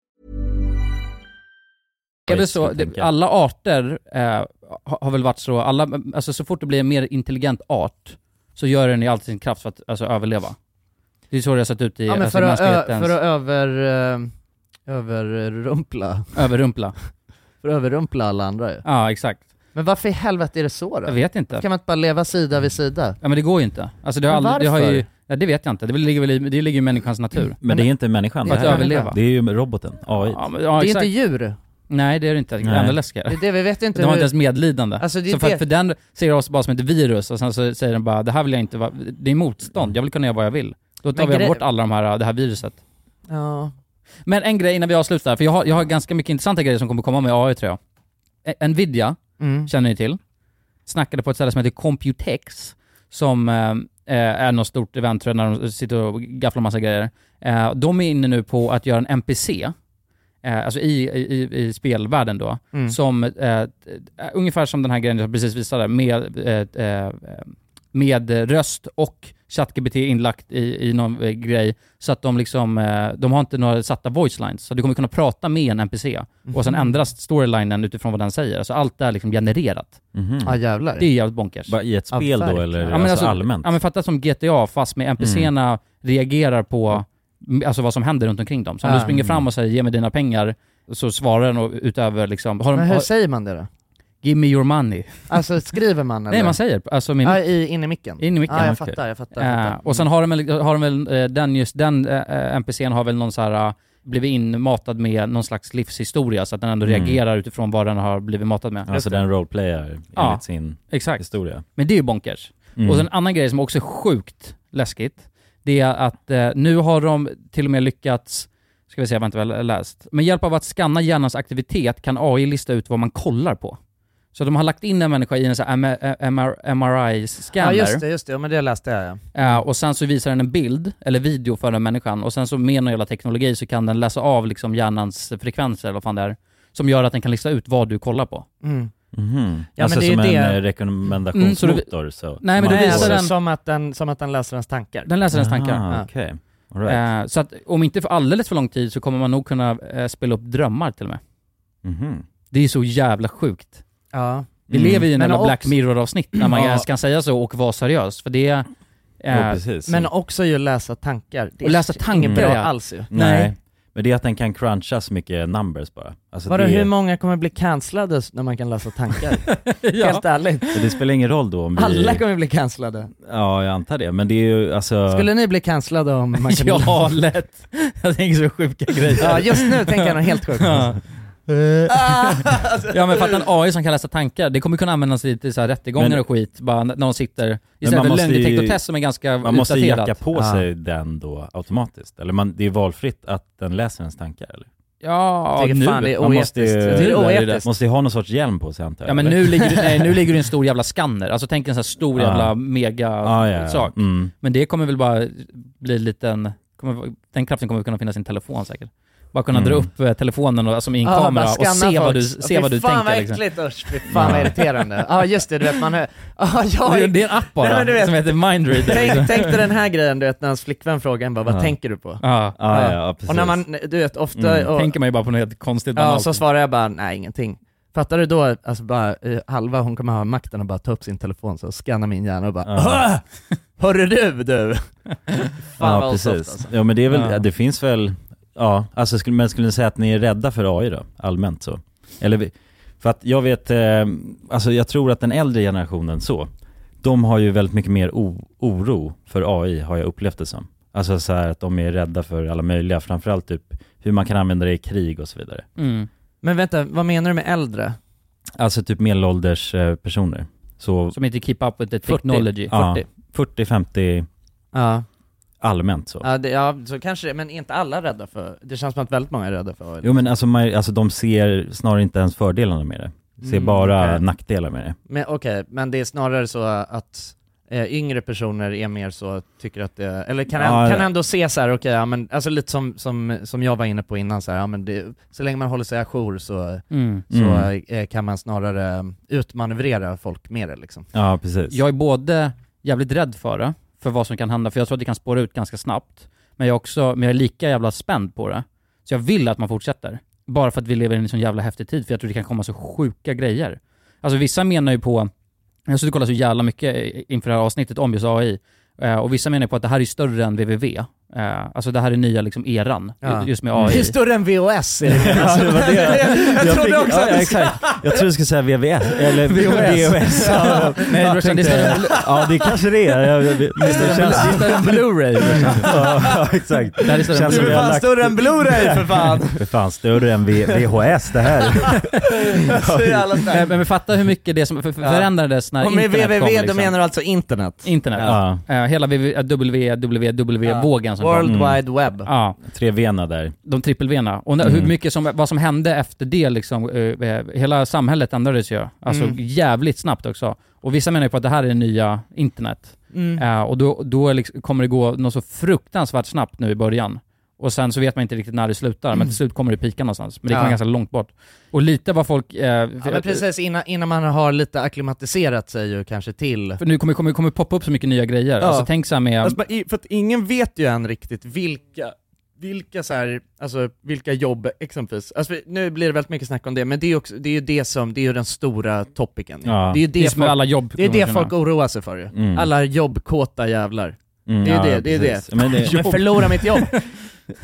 Är det så, det, alla arter eh, har, har väl varit så, alla, alltså så fort det blir en mer intelligent art så gör den ju allt sin kraft för att alltså, överleva. Det är så det har sett ut i
Ja men
alltså,
för att, ö-
mänsklighetens...
för att över, eh, överrumpla.
Överrumpla.
för att överrumpla alla andra ju.
Ja, exakt.
Men varför i helvete är det så då?
Jag vet inte.
Varför Kan man inte bara leva sida vid sida?
Ja men det går ju inte. Alltså det har,
Men
aldrig, det har
varför?
ju, ja, det vet jag inte. Det ligger väl i, det ligger i människans natur.
Men det är inte människan
För att
det här.
överleva.
Det är ju roboten, AI.
Ja, men-
det
ja,
är
exakt.
inte djur.
Nej det är det inte, det är
Nej.
ännu läskigare.
Det är det, vi vet inte
De har
hur-
inte ens medlidande.
Alltså, det är
så för,
det-
att- för den ser oss bara som ett virus och sen så säger den bara det här vill jag inte vara, det är motstånd, jag vill kunna göra vad jag vill. Då tar
Men
vi
grej-
bort alla de här, det här viruset.
Ja.
Men en grej innan vi avslutar, för jag har, jag har ganska mycket intressanta grejer som kommer komma med AI tror jag. E- Nvidia,
Mm.
känner ni till, snackade på ett ställe som heter Computex, som eh, eh, är något stort event tror jag, när de sitter och gafflar massa grejer. Eh, de är inne nu på att göra en NPC, eh, alltså i, i, i spelvärlden då,
Mm.
som eh, eh, ungefär som den här grejen jag precis visade, med, eh, eh, med eh, röst och ChatGPT inlagt i, i någon eh, grej, så att de liksom, eh, de har inte några satta voice lines, så du kommer kunna prata med en NPC och sen
Mhm.
ändras storylinen utifrån vad den säger. Alltså allt är liksom genererat.
Mhm.
Ja jävlar.
Det är jävligt bonkers.
Bara i ett spel då,
verkligen.
eller alltså allmänt?
Ja men fatta som GTA fast med NPCerna
Mm.
reagerar på m- alltså vad som händer runt omkring dem. Så om
Ah.
du springer fram och säger ge mig dina pengar så svarar den och utöver liksom... Har de,
Men hur
har,
säger man det då?
Give me your money.
Alltså skriver man eller?
Nej man säger alltså min...
Ja, i, in i micken.
In i micken.
Ja, jag
Okej.
fattar, jag fattar. Jag Mm.
Eh,
fattar.
och sen har de väl, har de väl eh, den, just den eh, NPCn har väl någon så här eh, blivit inmatad med någon slags livshistoria så att den ändå
Mm.
reagerar utifrån vad den har blivit matad med.
Alltså den roleplayar enligt
Ja,
sin
exakt.
historia.
Men det är ju bonkers.
Mm.
Och sen en annan grej som också är sjukt läskigt, det är att eh, nu har de till och med lyckats, ska vi se, jag har inte väl läst, med hjälp av att skanna hjärnans aktivitet kan AI lista ut vad man kollar på. Så de har lagt in en människa i en sån här
Ja
MRI-scanner.
just det, just det. Ja, men det läste jag ja.
Eh, och sen så visar den en bild, eller video för den människan, och sen så med någon jävla teknologi så kan den läsa av liksom hjärnans frekvenser, eller vad fan det är, som gör att den kan lista ut vad du kollar på.
Mm.
Mhm.
Ja,
alltså
men det är
som
ju
en
det.
eh, rekommendationsmotor
Mm,
så,
så du- Nej, men då
Man
visar
får-
den-
Som att, den, som att den läser ens tankar.
Den läser ens tankar.
Ah,
Ja.
okej. All right.
Eh, så att om inte för alldeles för lång tid så kommer man nog kunna eh, spela upp drömmar till och med. Eh,
Mhm.
Det är så jävla sjukt.
Ja.
Vi
Mm.
lever i en
Men
jävla
också-
Black Mirror-avsnitt när man
Ja.
ens kan säga så och vara seriös. För det är... eh,
Men också ju läsa tankar. Det är
Och läsa
inget
tankar,
bra
ja.
alls ju.
Nej. Men det är att den kan cruncha så mycket numbers bara. Alltså
Vadå,
det,
hur många kommer bli cancellade s- när man kan läsa tankar? Helt ärligt.
det spelar ingen roll då om vi...
Alla kommer bli cancellade.
Ja, jag antar det. Men det är ju alltså...
Skulle ni bli cancellade om man kunde...
Ja, lätt. Jag tänker så sjuka grejer.
Ja, Ah. just nu tänker jag något helt sjukt.
Ja. ja men fatta en AI som kan läsa tankar, det kommer kunna användas lite i så här rättegångar
Men-
och skit, bara när de sitter,
Men
istället
man
för
måste ju-
lögndetektortest som är ganska
Man måste ju
utdaterat.
jacka på
Ah.
Ja.
sig den då automatiskt. Eller man, det är valfritt att den läser ens tankar eller? Ah.
Ja,
Tycker
nu.
fan det är
Man måste ju,
oetiskt. Jag tycker det är oetiskt.
måste ju ha någon sorts hjälm på sig antar jag.
Ja men
eller?
nu ligger, nej, nu ligger det en stor jävla skanner, alltså tänk en sån här stor
Ja.
jävla mega
Ja, ja, ja.
sak.
Mm.
Men det kommer väl bara bli en liten, kommer, den kraften kommer kunna finnas i en telefon säkert. Bara kunna
Mm.
dra upp eh, telefonen och, som i en
Ja,
kamera
bara
och
scanna
se vad
folk.
du,
Ja,
se vad
fy
du
fan
tänker
vad
liksom.
äckligt usch, fy fan vad irriterande. Ja just det, du vet man hör... Ja, jag
Det är- det är en app bara,
Nej, men du vet,
som heter Mindreader. liksom.
Tänk, tänk dig den här grejen du vet när hans flickvän frågar en bara, vad
Ja.
tänker du på?
Ja.
Ah,
Ja, ja, ja, precis.
Ah. Och när man, du vet ofta...
Mm.
Och,
Tänker man ju bara på något helt konstigt
Ja,
banalt.
så svarar jag bara, nej ingenting. Fattar du då, alltså bara, eh, halva hon kommer ha makten och bara ta upp sin telefon så scanna min hjärna och bara "Ah! Hörru du, du! Fan vad
ja,
osoft,
precis.
alltså.
Ja men det är väl,
Ja.
det finns väl, ja, alltså skulle, men skulle ni säga att ni är rädda för AI då, allmänt så? Eller, vi- för att jag vet, eh, alltså jag tror att den äldre generationen så, de har ju väldigt mycket mer o, oro för AI har jag upplevt det som. Alltså så här att de är rädda för alla möjliga, framförallt typ hur man kan använda det i krig och så vidare.
Mm.
Men vänta, vad menar du med äldre?
Alltså typ medelålders eh, personer. Så,
Som inte keep up with the
40.
technology.
ja,
40.
40, 50,
Ja.
allmänt så.
Ja, det, ja, så kanske det, men är inte alla rädda för, det känns som att väldigt många är rädda för AI.
Jo men alltså, man, alltså de ser snarare inte ens fördelarna med det. Ser
Mm,
bara
okej.
nackdelar med det.
Men okej, men det är snarare så att eh, yngre personer är mer så, tycker att det, eller kan,
Ja,
kan
det-
ändå se så här, okej, ja men alltså lite som, som, som jag var inne på innan så här, ja men det, så länge man håller sig ajour så,
Mm.
så
Mm.
eh, kan man snarare eh, utmanövrera folk med det liksom.
Ja, precis.
Jag är både jävligt rädd för det, för vad som kan hända, för jag tror att det kan spåra ut ganska snabbt. Men jag, är också, men jag är lika jävla spänd på det. Så jag vill att man fortsätter. Bara för att vi lever i en sån jävla häftig tid, för jag tror det kan komma så sjuka grejer. Alltså vissa menar ju på, jag har suttit och kollat så jävla mycket eh, inför det här avsnittet om just AI, eh, och vissa menar ju på att det här är större än www. Eh, Alltså det här är nya liksom eran, ju- just med AI.
Det är större än VHS.
Ja, det var det.
jag
Jag
trodde
fick-
också
ja,
att
ja,
det
exakt. Jag trodde du skulle säga VVS, eller
VHS.
VHS.
Ja.
Nej,
Jag
brorsan, det
tänkte-
är större-
Ja, det kanske det är. Jag- jag- men
Det är
Det
större än-
känns-
det är större än Blu-ray. brorsan.
Ja, ja, exakt.
Det här är större än
Känns som
Blu-ray.
vi har lagt-
större än Blu-ray för fan!
Det är fan större än V- VHS det här.
Så jävla starkt.
Nej, men, men fatta hur mycket det som för, för,
Ja.
förändrades när
Och med
internet
www
kom.
liksom.
liksom.
då menar du alltså internet?
Internet.
Ja.
Eh, hela www-vågen som
World
kom. Mm.
Wide Web.
Ja,
Tre vena där.
de trippelvena. Och när,
Mm.
hur mycket som, vad som hände efter det liksom, eh, eh, hela samhället ändrades ju. Alltså
Mm.
jävligt snabbt också. Och vissa menar ju på att det här är det nya internet.
Mm.
Eh, och då, då är liksom, kommer det gå något så fruktansvärt snabbt nu i början. Och sen så vet man inte riktigt när det slutar, men till slut kommer det pika någonstans. Men det kan
Mm. Ja.
vara ganska långt bort. Och lite vad folk... Eh,
Ja men precis, innan, innan man har lite akklimatiserat sig ju kanske till.
För nu kommer kommer, kommer poppa upp så mycket nya grejer.
Ja.
Alltså tänk så här med...
Alltså, man- i- för att ingen vet ju än riktigt vilka, vilka så här, alltså vilka jobb exempelvis. Alltså, vi- nu blir det väldigt mycket snack om det, men det är, ju också, det är ju det som, det är ju den stora topicen.
Ja.
Det är ju
det är
det,
som med
folk,
alla jobb.
det, är det
kommer kunna-
folk oroar sig för ju.
Mm.
Alla jobbkåta jävlar.
Mm,
Det är
ja,
det,
ja,
det är
precis.
det.
Men
Men förlora mitt jobb.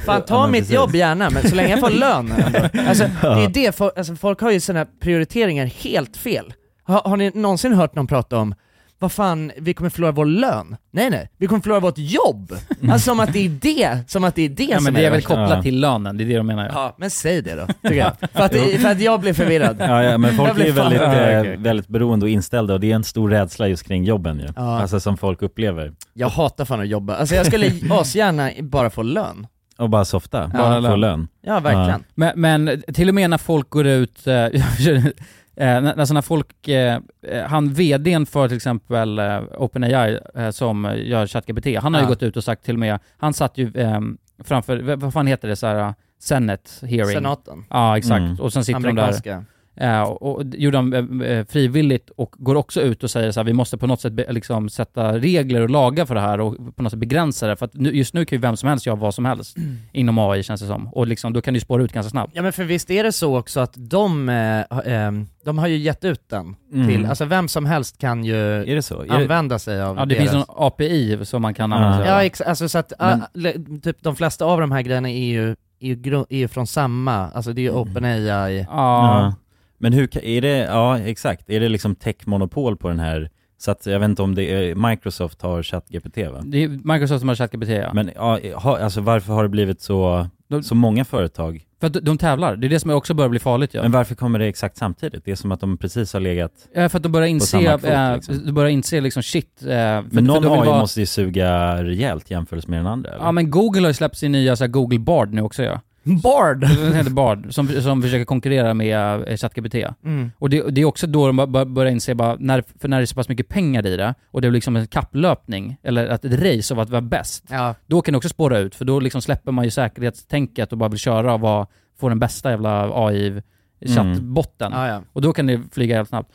Fan ta
Ja, men
mitt
precis.
jobb gärna, men så länge jag får lön ändå. Alltså, det är det, folk, alltså, folk har ju sina prioriteringar helt fel. Har, har ni någonsin hört någon prata om vad fan, vi kommer förlora vår lön? Nej nej, vi kommer förlora vårt jobb! Alltså som att det är det, som att det är det
Ja,
som
men det är väl
värsta.
kopplat
Ja.
till lönen, det är det de menar. Ja.
Ja, men säg det då, tycker jag. För att, för att jag blev förvirrad.
Ja, ja, men
Jag
folk är
blir
ju
fan-
väldigt,
Ja,
eh,
okej.
väldigt beroende och inställda och det är en stor rädsla just kring jobben ju.
Ja.
Alltså som folk upplever.
Jag hatar fan att jobba, alltså jag skulle asgärna bara få lön.
Och bara softa,
Ja.
bara få
Lön.
lön.
Ja verkligen.
Men, men till och med när folk går ut, eh, jag känner- eh, när- alltså när folk, eh, eh, han vdn för till exempel eh, OpenAI eh, som gör ChatGPT, han har ju
Ja.
gått ut och sagt till och med, han satt ju eh, framför, v- vad fan heter det, så här, eh, Senate hearing.
Senaten.
Ja, exakt.
Mm.
Och sen sitter de där
Amerikanska.
Eh, och, och det gjorde de eh, eh, frivilligt och går också ut och säger så här, vi måste på något sätt be, liksom, sätta regler och lagar för det här och på något sätt begränsa det. För att nu, just nu kan ju vem som helst göra vad som helst
Mm.
inom AI känns det som. Och liksom, då kan du spåra ut ganska snabbt.
Ja men för visst är det så också att de, eh, ha- ehm, de har ju gett ut den
Mm.
till, alltså vem som helst kan ju
Är det så? Är det...
använda sig av
Ja, det finns
deras.
någon API som man kan
Ja.
använda sig av.
Ja ex- alltså så att,
Men-
ah, le- typ de flesta av de här grejerna är ju, är ju, gru- är ju från samma, alltså det är ju
Mm.
OpenAI.
Ja.
Ja. Men hur, ka- är det, ja exakt, är det liksom techmonopol på den här Så att jag vet inte om det är Microsoft har ChatGPT va?
Det är Microsoft som har ChatGPT ja.
Men ja, ha, alltså varför har det blivit så, så många företag?
För att de- de tävlar, det är det som också börjar bli farligt ja.
Men varför kommer det exakt samtidigt? Det är som att de precis har legat...
Eh, För att de börjar inse,
samma kvot,
eh,
liksom.
de börjar inse liksom shit. eh, för- för
Men någon
de vill
AI
vara-
måste ju suga rejält jämfört med den andra eller?
Ja men Google har ju släppt sin nya så här, Google Bard nu också ja.
Bard?
Den heter Bard, som, som försöker konkurrera med eh, ChatGPT.
Mm.
Och det, det är också då de bör- börjar inse bara, när, för när det är så pass mycket pengar i det, och det är liksom en kapplöpning, eller att ett race av att vara bäst, då kan det också spåra ut, för då liksom släpper man ju säkerhetstänket och bara vill köra och vara, få den bästa jävla AI-chattbotten.
Mm. Ja, ja.
Och då kan det flyga jävligt snabbt.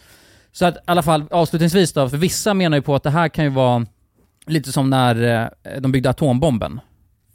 Så att i alla fall, avslutningsvis då, för vissa menar ju på att det här kan ju vara lite som när eh, de byggde atombomben.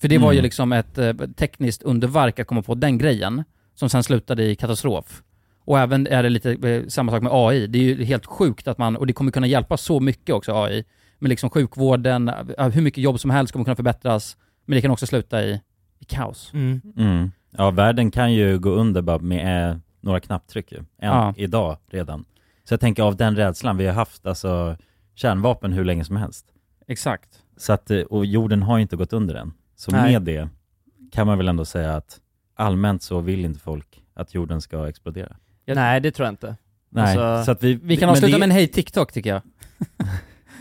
För det var ju
Mm.
liksom ett eh, tekniskt underverk att komma på den grejen, som sen slutade i katastrof. Och även är det lite eh, samma sak med AI. Det är ju helt sjukt att man, och det kommer kunna hjälpa så mycket också AI, med liksom sjukvården, eh, hur mycket jobb som helst kommer kunna förbättras, men det kan också sluta i, i kaos.
Mm.
Mm. Ja, världen kan ju gå under bara med eh, några knapptryck ju. Än
Ja.
idag redan. Så jag tänker av den rädslan vi har haft, alltså kärnvapen hur länge som helst.
Exakt.
Så att, eh, och jorden har ju inte gått under än. Så
Nej.
med det kan man väl ändå säga att allmänt så vill inte folk att jorden ska explodera.
Nej, det tror jag inte.
Nej, så att vi-
vi kan
men
avsluta
det-
med en hej TikTok tycker jag.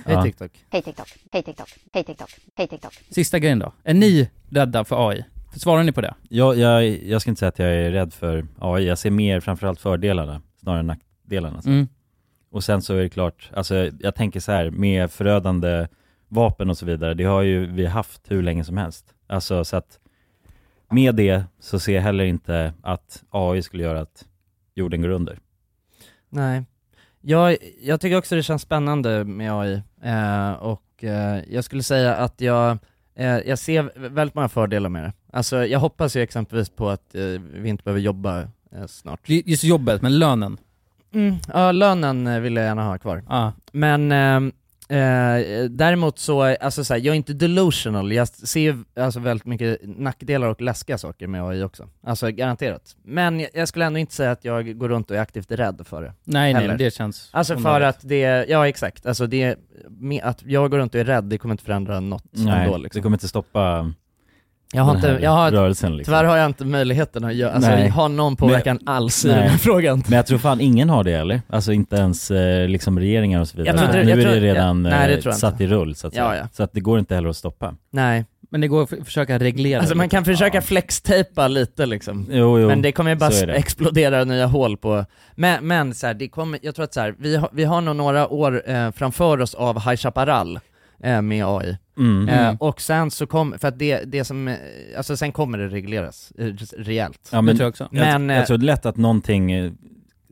Hej, TikTok.
Hej TikTok, hej TikTok, hej TikTok, hej TikTok.
Sista grejen då. Är ni rädda för AI? Svarar ni på det?
Jag, jag, jag ska inte säga att jag är rädd för AI, jag ser mer framförallt fördelarna snarare än nackdelarna. Så.
Mm.
Och sen så är det klart, alltså jag tänker så här med förödande vapen och så vidare, det har ju vi haft hur länge som helst. Alltså så att med det så ser jag heller inte att AI skulle göra att jorden går under.
Nej. Jag, jag tycker också det känns spännande med AI eh, och eh, jag skulle säga att jag, eh, jag ser vä- väldigt många fördelar med det. Alltså jag hoppas ju exempelvis på att eh, vi inte behöver jobba eh, snart.
Det är Just jobbet, men lönen?
Mm, ja, lönen eh, vill jag gärna ha kvar. Men eh, eh, däremot så, alltså så här, jag är inte delusional, jag ser ju alltså, väldigt mycket nackdelar och läskiga saker med AI också. Alltså garanterat. Men jag, jag skulle ändå inte säga att jag går runt och är aktivt rädd för det.
Nej, nej,
Heller.
det känns
Alltså för
onödigt.
att det, ja exakt, alltså det, med att jag går runt och är rädd, det kommer inte förändra något
Nej,
ändå liksom.
det kommer inte stoppa
Jag har
den
inte,
här
jag har,
rörelsen liksom.
tyvärr har jag inte möjligheten att göra, alltså
Nej.
ha någon påverkan
Men-
alls i
Nej.
den här frågan.
Men jag tror fan ingen har det eller? Alltså inte ens eh, liksom regeringar och så vidare.
Jag tror inte-
nu
jag
är
tror-
det redan
ja, nej, det
eh,
tror jag
satt
inte.
i rull så att
Ja,
säga.
ja.
Så att det går inte heller att stoppa.
Nej.
Men det går att f- försöka reglera
Alltså
det
man
lite.
kan försöka flextejpa lite liksom.
Jo, jo,
men det kommer ju bara
så är det.
explodera nya hål på, men, men så här, det kommer, jag tror att så här, vi, har, vi har nog några år eh, framför oss av High Chaparral eh, med AI.
Mm.
Eh,
Mm.
och sen så kommer, för att det, det som, eh, alltså sen kommer det regleras eh, rejält.
Ja, men,
Men,
jag,
eh,
jag tror lätt att någonting eh,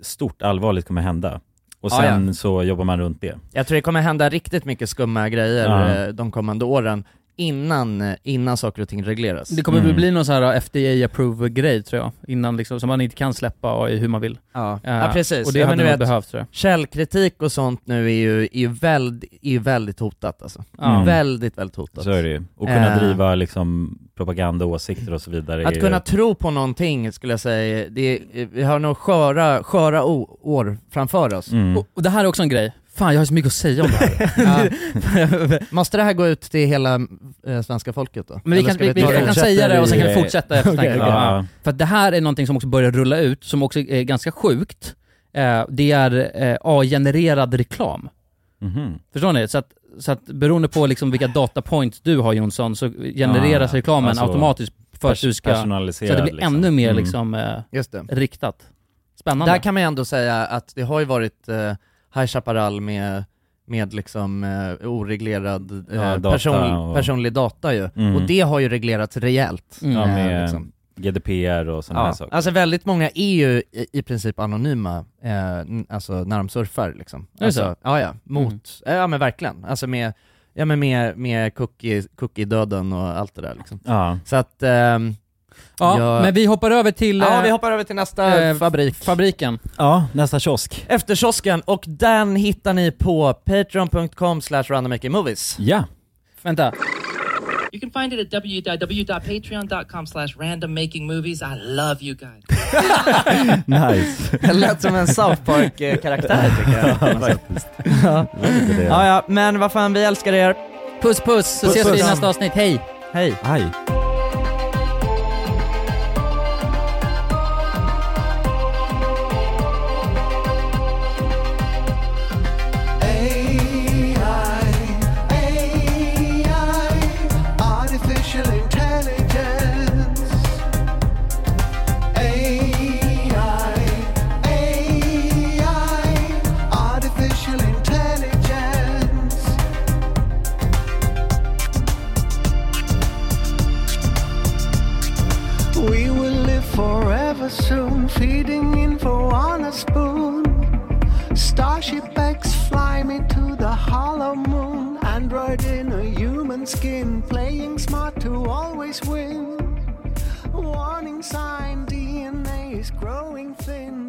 stort allvarligt kommer hända. Och
Ja,
sen så jobbar man runt det.
Jag tror det kommer hända riktigt mycket skumma grejer
Ja.
eh, de kommande åren innan, eh, innan saker och ting regleras.
Det kommer väl bli någon sån här eh, FDA-approve grej tror jag, innan liksom, som man inte kan släppa AI hur man vill.
Ja,
Eh,
ja precis.
Och det
ja,
hade
men du
nog
vet,
behövts tror jag.
Källkritik och sånt nu är ju, är ju, väldigt, är ju väldigt hotat alltså.
Ja.
Mm.
Väldigt, väldigt hotat.
Så är det ju. Och kunna
Eh,
driva liksom propaganda, åsikter och så vidare. är
Att
ju-
kunna tro på någonting skulle jag säga, det är, vi har nog sköra, sköra o- år framför
Mm.
oss.
Och, och det här är också en grej. Fan, jag har så mycket att säga om det här.
Måste det här gå ut till hela eh, svenska folket då?
Men vi
Eller
kan,
ska
vi, vi,
ta
jag kan
fortsätter
säga det och sen kan vi
i-
fortsätta efter
Okej,
okay,
okej.
ja. För att det här är någonting som också börjar rulla ut, som också är ganska sjukt. Eh, det är eh, AI-genererad reklam.
Mhm.
Förstår ni? Så att, så att beroende på liksom vilka datapoints du har Jonsson, så genereras
Ah,
reklamen
alltså
automatiskt för att
pers-
du ska... Så
personaliserad,
att det blir
liksom.
ännu mer
Mm.
liksom, eh,
Just det.
riktat. Spännande.
Där kan man ju ändå säga att det har ju varit eh, High Chaparral med, med liksom eh, oreglerad eh,
Ja, data
person,
och-
personlig data ju.
Mm.
Och det har ju reglerats rejält.
Mm.
Ja,
eh,
med
liksom.
GDPR och sådana här
Ja.
saker.
Alltså väldigt många är ju i, i princip anonyma, eh, n- alltså när de surfar liksom.
Är det
alltså,
så? Mm.
Ja, ja, mot, ja men verkligen. Alltså med, ja men med, med cookie, cookie-döden och allt det där liksom.
Ja.
Så att, ehm,
Ja,
jag-
men vi hoppar över till...
Ja,
eh,
vi hoppar över till nästa
eh,
fabrik.
Fabriken.
Ja, nästa kiosk.
Efter kiosken, och den hittar ni på patreon.com slash randommakingmovies.
Ja.
Vänta.
You can find it at www.patreon.com slash randommakingmovies. I love you guys.
Nice.
Det lät som en South Park-karaktär tycker jag.
Ja, faktiskt.
ja.
Det var lite det.
ja, ja, men vad fan, vi älskar er. Puss puss,
Så ses vi i nästa avsnitt, hej!
Hej.
Aj.
AI, artificial intelligence. AI, AI, artificial intelligence. We will live forever soon, feeding info on a spoon. Starship X fly me to the hollow moon. Android in a human skin, playing smart to always win. Warning sign DNA is growing thin.